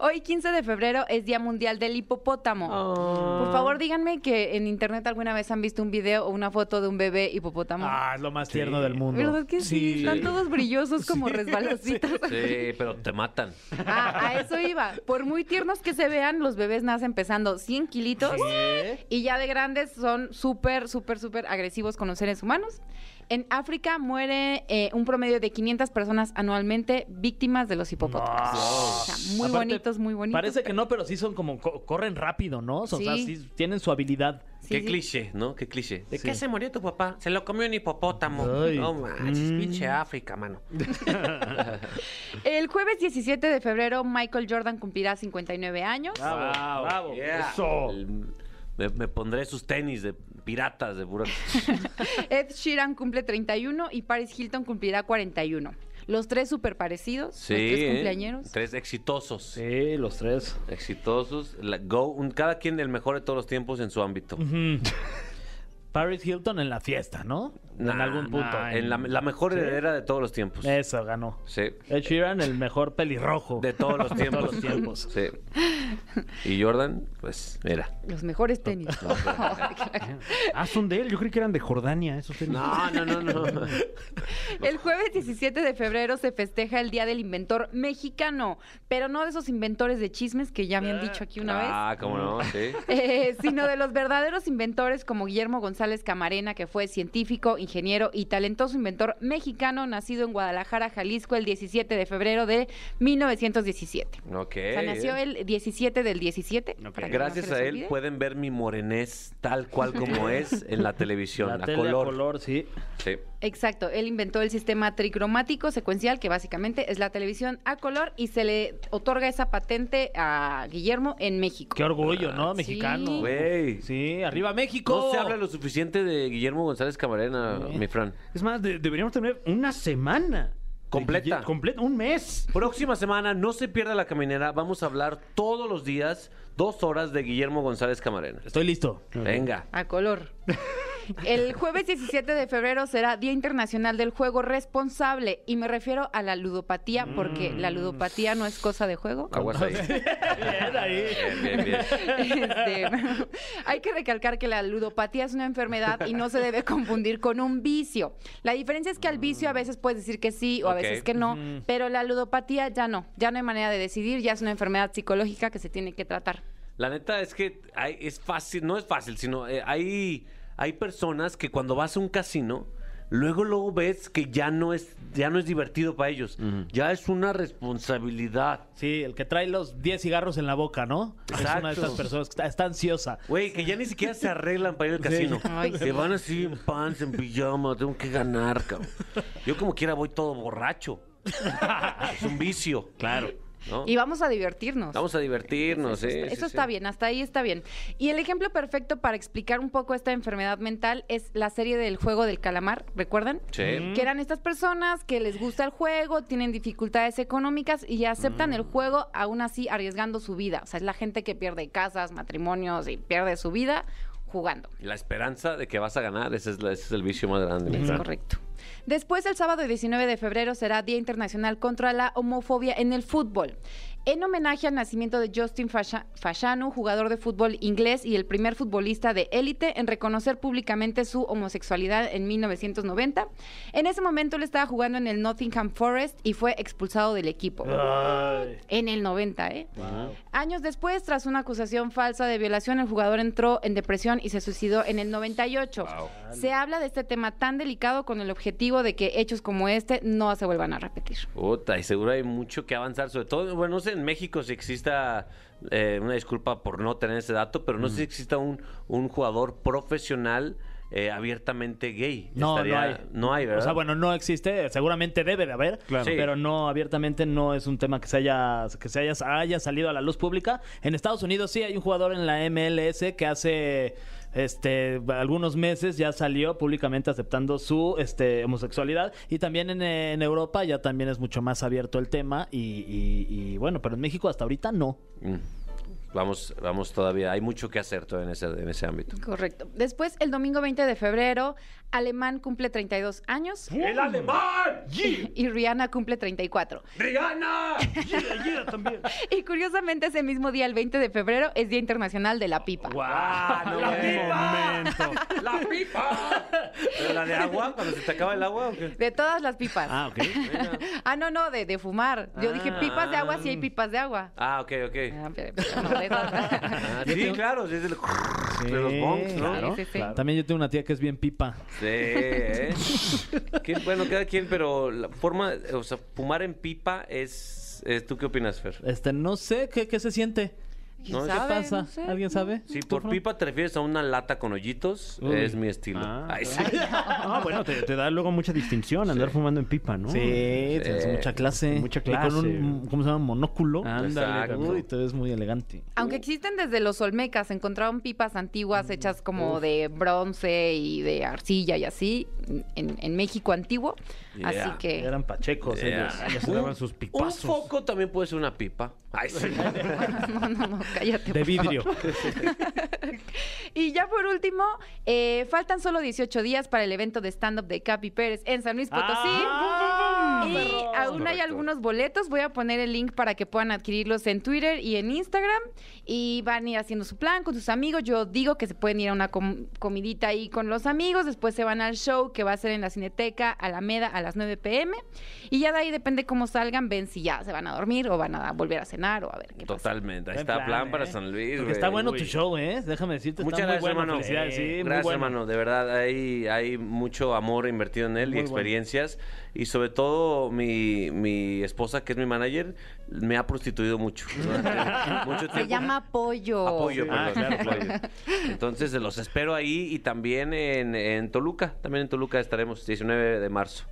H: Hoy, 15 de febrero, es Día Mundial del Hipopótamo. Por favor, díganme que en internet alguna vez han visto un video o una foto de un bebé hipopótamo.
C: Ah, es lo más tierno del mundo.
H: ¿Verdad que sí? Están todos brillosos como resbalositas.
B: Sí, pero te matan.
H: Ah, a eso iba. Por muy tiernos que se vean, los bebés nacen pesando 100 kilitos y ya de grandes son súper, súper, súper agresivos con los seres humanos. En África muere eh, un promedio de 500 personas anualmente víctimas de los hipopótamos. O sea, muy
C: Aparte,
H: bonitos, muy bonitos.
C: Parece que no, pero sí son como co- corren rápido, ¿no? O sea,
H: Sí.
C: sí tienen su habilidad.
H: Sí,
B: Qué
H: sí.
B: cliché, ¿no? Qué cliché. ¿De
C: Sí.
B: qué se murió tu papá? Se lo comió un hipopótamo.
C: Ay. Mm.
B: No manches, pinche África, mano.
H: El jueves 17 de febrero, Michael Jordan cumplirá 59 años.
C: Bravo, bravo.
B: Yeah.
D: Eso.
B: El- me, me pondré sus tenis de piratas de pura.
H: *laughs* Ed Sheeran cumple 31 y Paris Hilton cumplirá 41. Los tres súper parecidos, los tres
B: ¿eh?
H: cumpleañeros.
B: Tres exitosos.
C: Sí, los tres.
B: Exitosos. la- go, un- cada quien el mejor de todos los tiempos en su ámbito.
C: Ujú. Mm. Paris Hilton en la fiesta, ¿no? en
B: Nah,
C: algún punto.
B: nah, en la, la mejor heredera de todos los tiempos.
C: Eso ganó.
B: Sí.
C: Ed Sheeran, el mejor pelirrojo.
B: De todos los
C: *laughs* De
B: tiempos.
C: todos los tiempos.
B: Sí. Y Jordan, pues, mira.
H: Los mejores tenis.
D: Ah, son de él. Yo creí que eran de Jordania esos tenis.
B: No, no, no, no.
H: el jueves 17 de febrero se festeja el Día del Inventor Mexicano, pero no de esos inventores de chismes que ya me han dicho aquí *laughs* una vez.
B: ah, cómo no, sí.
H: Eh, sino de los verdaderos inventores como Guillermo González Camarena, que fue científico, ingeniero y talentoso inventor mexicano, nacido en Guadalajara, Jalisco, el 17 de febrero de 1917.
B: Ok.
H: O sea, nació el 17 del 17. para que no
B: Gracias
H: se les
B: a él
H: olvide.
B: pueden ver mi morenés tal cual
H: *laughs*
B: como es en la televisión,
C: La
B: a
C: tele a
B: color.
C: color, sí.
B: Sí.
H: Exacto, él inventó el sistema tricromático secuencial, que básicamente es la televisión a color, y se le otorga esa patente a Guillermo en México.
C: Qué orgullo, ¿no?
H: sí.
C: Mexicano.
B: Güey.
C: Sí, arriba México.
B: No se habla lo suficiente de Guillermo González Camarena, mi Fran.
D: Es más, de- deberíamos tener una semana. de
B: Completa.
D: Guille- Completa, un mes.
B: Próxima semana, no se pierda la caminera. Vamos a hablar todos los días, dos horas de Guillermo González Camarena.
C: Estoy listo.
B: Venga.
H: A color. El jueves 17 de febrero será Día Internacional del Juego Responsable y me refiero a la ludopatía porque la ludopatía no es cosa de juego.
B: Aguas ahí.
C: Bien, ahí.
B: Bien, bien, bien.
H: Este, *laughs* hay que recalcar que la ludopatía es una enfermedad y no se debe confundir con un vicio. La diferencia es que al vicio a veces puedes decir que sí o a
B: Ok.
H: veces que no, pero la ludopatía ya no, ya no hay manera de decidir, ya es una enfermedad psicológica que se tiene que tratar.
B: La neta es que hay- es fácil, no es fácil, sino eh, hay, hay personas que cuando vas a un casino, luego luego ves que ya no es, ya no es divertido para ellos. Ya es una responsabilidad.
C: Sí, el que trae los 10 cigarros en la boca, ¿no? Es una de
B: Exacto.
C: estas personas que está, está ansiosa.
B: Güey, que ya ni siquiera se arreglan para ir al
C: Sí.
B: casino.
H: Ay, sí.
B: Se van así en pants, en pijama, tengo que ganar, cabrón. Yo como quiera voy todo borracho. es un vicio. Claro.
H: Y vamos a divertirnos.
B: Vamos a divertirnos,
H: Eso,
B: ¿eh?
H: está-
B: Sí, sí.
H: eso está bien, hasta ahí está bien. Y el ejemplo perfecto para explicar un poco esta enfermedad mental es la serie del juego del calamar, ¿recuerdan?
B: Sí.
H: Que eran estas personas que les gusta el juego, tienen dificultades económicas y aceptan el juego aún así arriesgando su vida. O sea, es la gente que pierde casas, matrimonios y pierde su vida jugando.
B: La esperanza de que vas a ganar, ese es, la- ese es el vicio más grande. mi
H: Es
B: Fran.
H: correcto. Después, el sábado 19 de febrero será Día Internacional contra la Homofobia en el Fútbol. En homenaje al nacimiento de Justin Fasha- Fashanu, jugador de fútbol inglés y el primer futbolista de élite en reconocer públicamente su homosexualidad en 1990, en ese momento él estaba jugando en el Nottingham Forest y fue expulsado del equipo. En el 90, ¿eh? Años después, tras una acusación falsa de violación, el jugador entró en depresión y se suicidó en el 98. Se habla de este tema tan delicado con el objetivo de que hechos como este no se vuelvan a repetir.
B: Puta, y seguro hay mucho que avanzar, sobre todo, bueno, no sé en México si exista eh, una disculpa por no tener ese dato, pero no sé si exista un, un jugador profesional eh, abiertamente gay.
C: No,
B: Estaría-
C: no hay.
B: No hay, ¿verdad?
C: O sea, bueno, no existe, seguramente debe de haber,
D: Claro.
B: Sí.
C: pero no abiertamente no es un tema que se haya que se haya, haya salido a la luz pública. En Estados Unidos sí hay un jugador en la MLS que hace este algunos meses ya salió públicamente aceptando su este homosexualidad y también en, eh, en Europa ya también es mucho más abierto el tema y, y- y, bueno, pero en México hasta ahorita no.
B: Mm. vamos, vamos todavía, hay mucho que hacer todavía en ese, en ese ámbito.
H: Correcto. Después, el domingo 20 de febrero, Alemán cumple 32 años
B: ¡El alemán!
H: y Rihanna cumple 34.
B: ¡Rihanna!
D: Yeah, yeah, también.
H: *laughs* Y curiosamente, ese mismo día, el 20 de febrero, es Día Internacional de la Pipa.
B: ¡Ah, no,
D: La
B: güey.
D: pipa.
B: ¡La pipa! ¿Pero la de agua? ¿Cuando se te acaba el agua o qué?
H: De todas las pipas.
C: *laughs*
D: Ah, ok.
H: *laughs* Ah, no, no, de, de fumar. Yo dije
B: Ah.
H: pipas de agua, sí hay pipas de agua.
B: Ah, ok, ok.
H: Ah, pero- pero no, de esas.
B: Ah, sí, claro, sí, es el... de los bongs, ¿no?
C: claro,
H: Sí, sí, sí.
C: claro. También yo tengo una tía que es bien pipa.
B: Sí,
C: *laughs*
B: ¿eh? Qué- bueno, cada quien, pero la forma, o sea, fumar en pipa es, es- ¿tú qué opinas, Fer?
C: Este, no sé, ¿qué, qué se siente?
H: ¿Quién
B: No, ¿qué
C: ¿Qué
H: sabe?
C: pasa?
H: No sé.
C: ¿Alguien sabe?
B: Si
C: ¿Tú,
B: por
C: Fran?
B: pipa te refieres a una lata con hoyitos,
C: Uy.
B: es mi estilo.
D: Ah,
B: Ay, sí.
D: Ah, bueno, te, te da luego mucha distinción andar fumando en pipa, ¿no? Eh,
C: Sí, tienes
B: Sí.
C: mucha clase.
D: Mucha
C: Y con un, mm,
D: clase.
C: ¿cómo se llama? Monóculo.
D: Ándale.
B: Exacto.
D: cabrón.
C: Uy, te ves muy elegante.
H: Aunque existen desde los Olmecas, se encontraron pipas antiguas hechas como de bronce y de arcilla y así, en, en México antiguo.
B: Yeah.
H: Así que.
C: Eran pachecos
B: Yeah.
C: ellos.
D: Ya se daban sus
B: Un
D: pipazos.
B: foco también puede ser una pipa. Ay,
C: *laughs*
B: sí.
H: No, no, no, cállate.
C: De
H: por favor.
C: vidrio.
H: Y ya por último, eh, faltan solo 18 días para el evento de stand-up de Capi Pérez en San Luis Potosí.
D: Ah,
H: y
D: perro.
H: aún hay
B: Correcto.
H: algunos boletos. Voy a poner el link para que puedan adquirirlos en Twitter y en Instagram. Y van a ir haciendo su plan con sus amigos. Yo digo que se pueden ir a una com- comidita ahí con los amigos. Después se van al show que va a ser en la Cineteca Alameda a las 9 pm. Y ya de ahí depende cómo salgan, ven si ya se van a dormir o van a volver a cenar o a ver qué pasa.
B: Totalmente. Ahí
C: Buen
B: está plan,
C: plan,
B: para
C: ¿eh?
B: San Luis.
C: Porque
B: güey.
C: está bueno
B: Uy.
C: tu show, ¿eh? Déjame decirte.
B: Muchas
C: está
B: gracias,
C: muy bueno.
B: hermano. Eh,
C: Felicidades, sí, muy
B: Gracias,
C: bueno.
B: hermano. De verdad, hay, hay mucho amor invertido en él y
C: Muy bueno.
B: experiencias. Y sobre todo, mi, mi esposa, que es mi manager, me ha prostituido mucho.
C: *laughs*
B: durante mucho tiempo.
H: Se llama apoyo.
B: Apoyo,
D: Sí.
B: perdón,
D: Ah, claro,
B: apoyo. Entonces, los espero ahí y también en, en Toluca. También en Toluca estaremos 19 de marzo.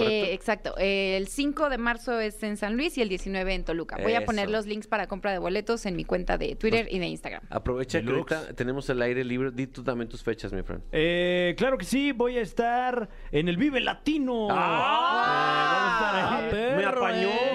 H: Eh, exacto. Eh, el 5 de marzo es en San Luis y el 19 en Toluca. Voy a
B: Eso.
H: poner los links para compra de boletos en mi cuenta de Twitter y de Instagram.
B: Aprovecha que
D: Deluxe.
B: ahorita tenemos el aire libre. Di tú también tus fechas, mi friend.
D: Eh, claro que sí, voy a estar en el Vive Latino.
B: Ah,
D: Eh,
C: perro,
D: vamos a estar ahí.
C: eh.
D: me apañó. *laughs*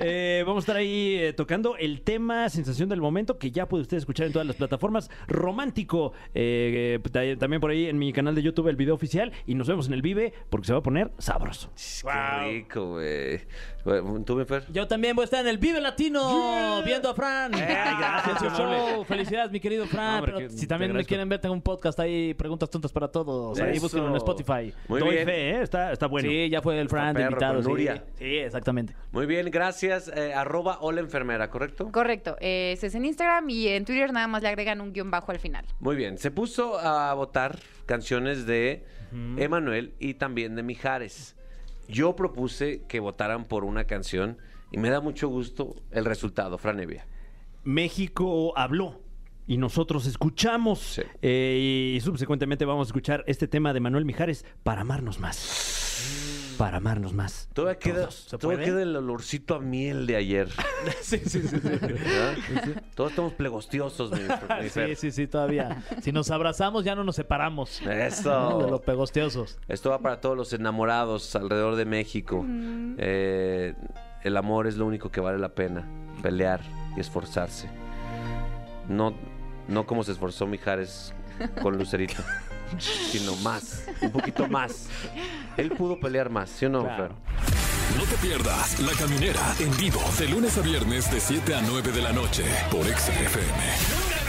D: Eh, vamos a estar ahí eh, tocando el tema Sensación del Momento, que ya puede usted escuchar en todas las plataformas. Romántico. Eh, eh, ta- también por ahí en mi canal de YouTube, el video oficial. Y nos vemos en el Vive, porque se va a poner sabroso.
B: Qué rico, güey. Bueno, ¿Tú, mi Fer?
C: Yo también voy a estar en el Vive Latino viendo a Fran.
D: gracias,
C: En su
D: Manole.
C: show. Felicidades, mi querido Fran.
D: No, hombre,
C: Pero
D: que-
C: si
D: te
C: también me
D: agradezco.
C: quieren ver, tengo un podcast ahí, preguntas tontas para todos. Ahí
B: Eso.
C: búsquenlo en Spotify.
B: Muy
D: Doy
B: bien.
D: fe, ¿eh? está, está bueno.
C: sí, ya fue el Fran de
B: perro,
C: invitado.
B: con
C: sí.
B: Nuria.
C: sí, exactamente.
B: Muy bien, gracias. Eh, arroba hola enfermera, ¿correcto?
H: Correcto. Eh, ese es en Instagram y en Twitter nada más le agregan un guión bajo al final.
B: Muy bien, se puso a votar canciones de Emanuel y también de Mijares. Yo propuse que votaran por una canción y me da mucho gusto el resultado, Franevia.
D: México habló. Y nosotros escuchamos
B: Sí.
D: eh, y subsecuentemente vamos a escuchar este tema de Manuel Mijares para amarnos más. Para amarnos más.
B: Mm. Todavía queda,
D: Todos. ¿Se
B: todavía
D: puede?
B: queda el olorcito a miel de ayer.
C: sí, sí, sí. *laughs* sí.
B: ¿verdad? Todos estamos plegostiosos,
C: *laughs*
B: mi, mi
C: Sí,
B: Fer.
C: sí, sí, todavía. Si nos abrazamos, ya no nos separamos.
B: Eso.
C: De los pegosteosos.
B: Esto va para todos los enamorados alrededor de México. Eh, el amor es lo único que vale la pena. Pelear y esforzarse. No, no como se esforzó Mijares con Lucerito, sino más, un poquito más. Él pudo pelear más, ¿sí o no,
D: Claro.
B: Fer?
A: No te pierdas La Caminera en vivo de lunes a viernes de 7 a 9 de la noche por Exa FM.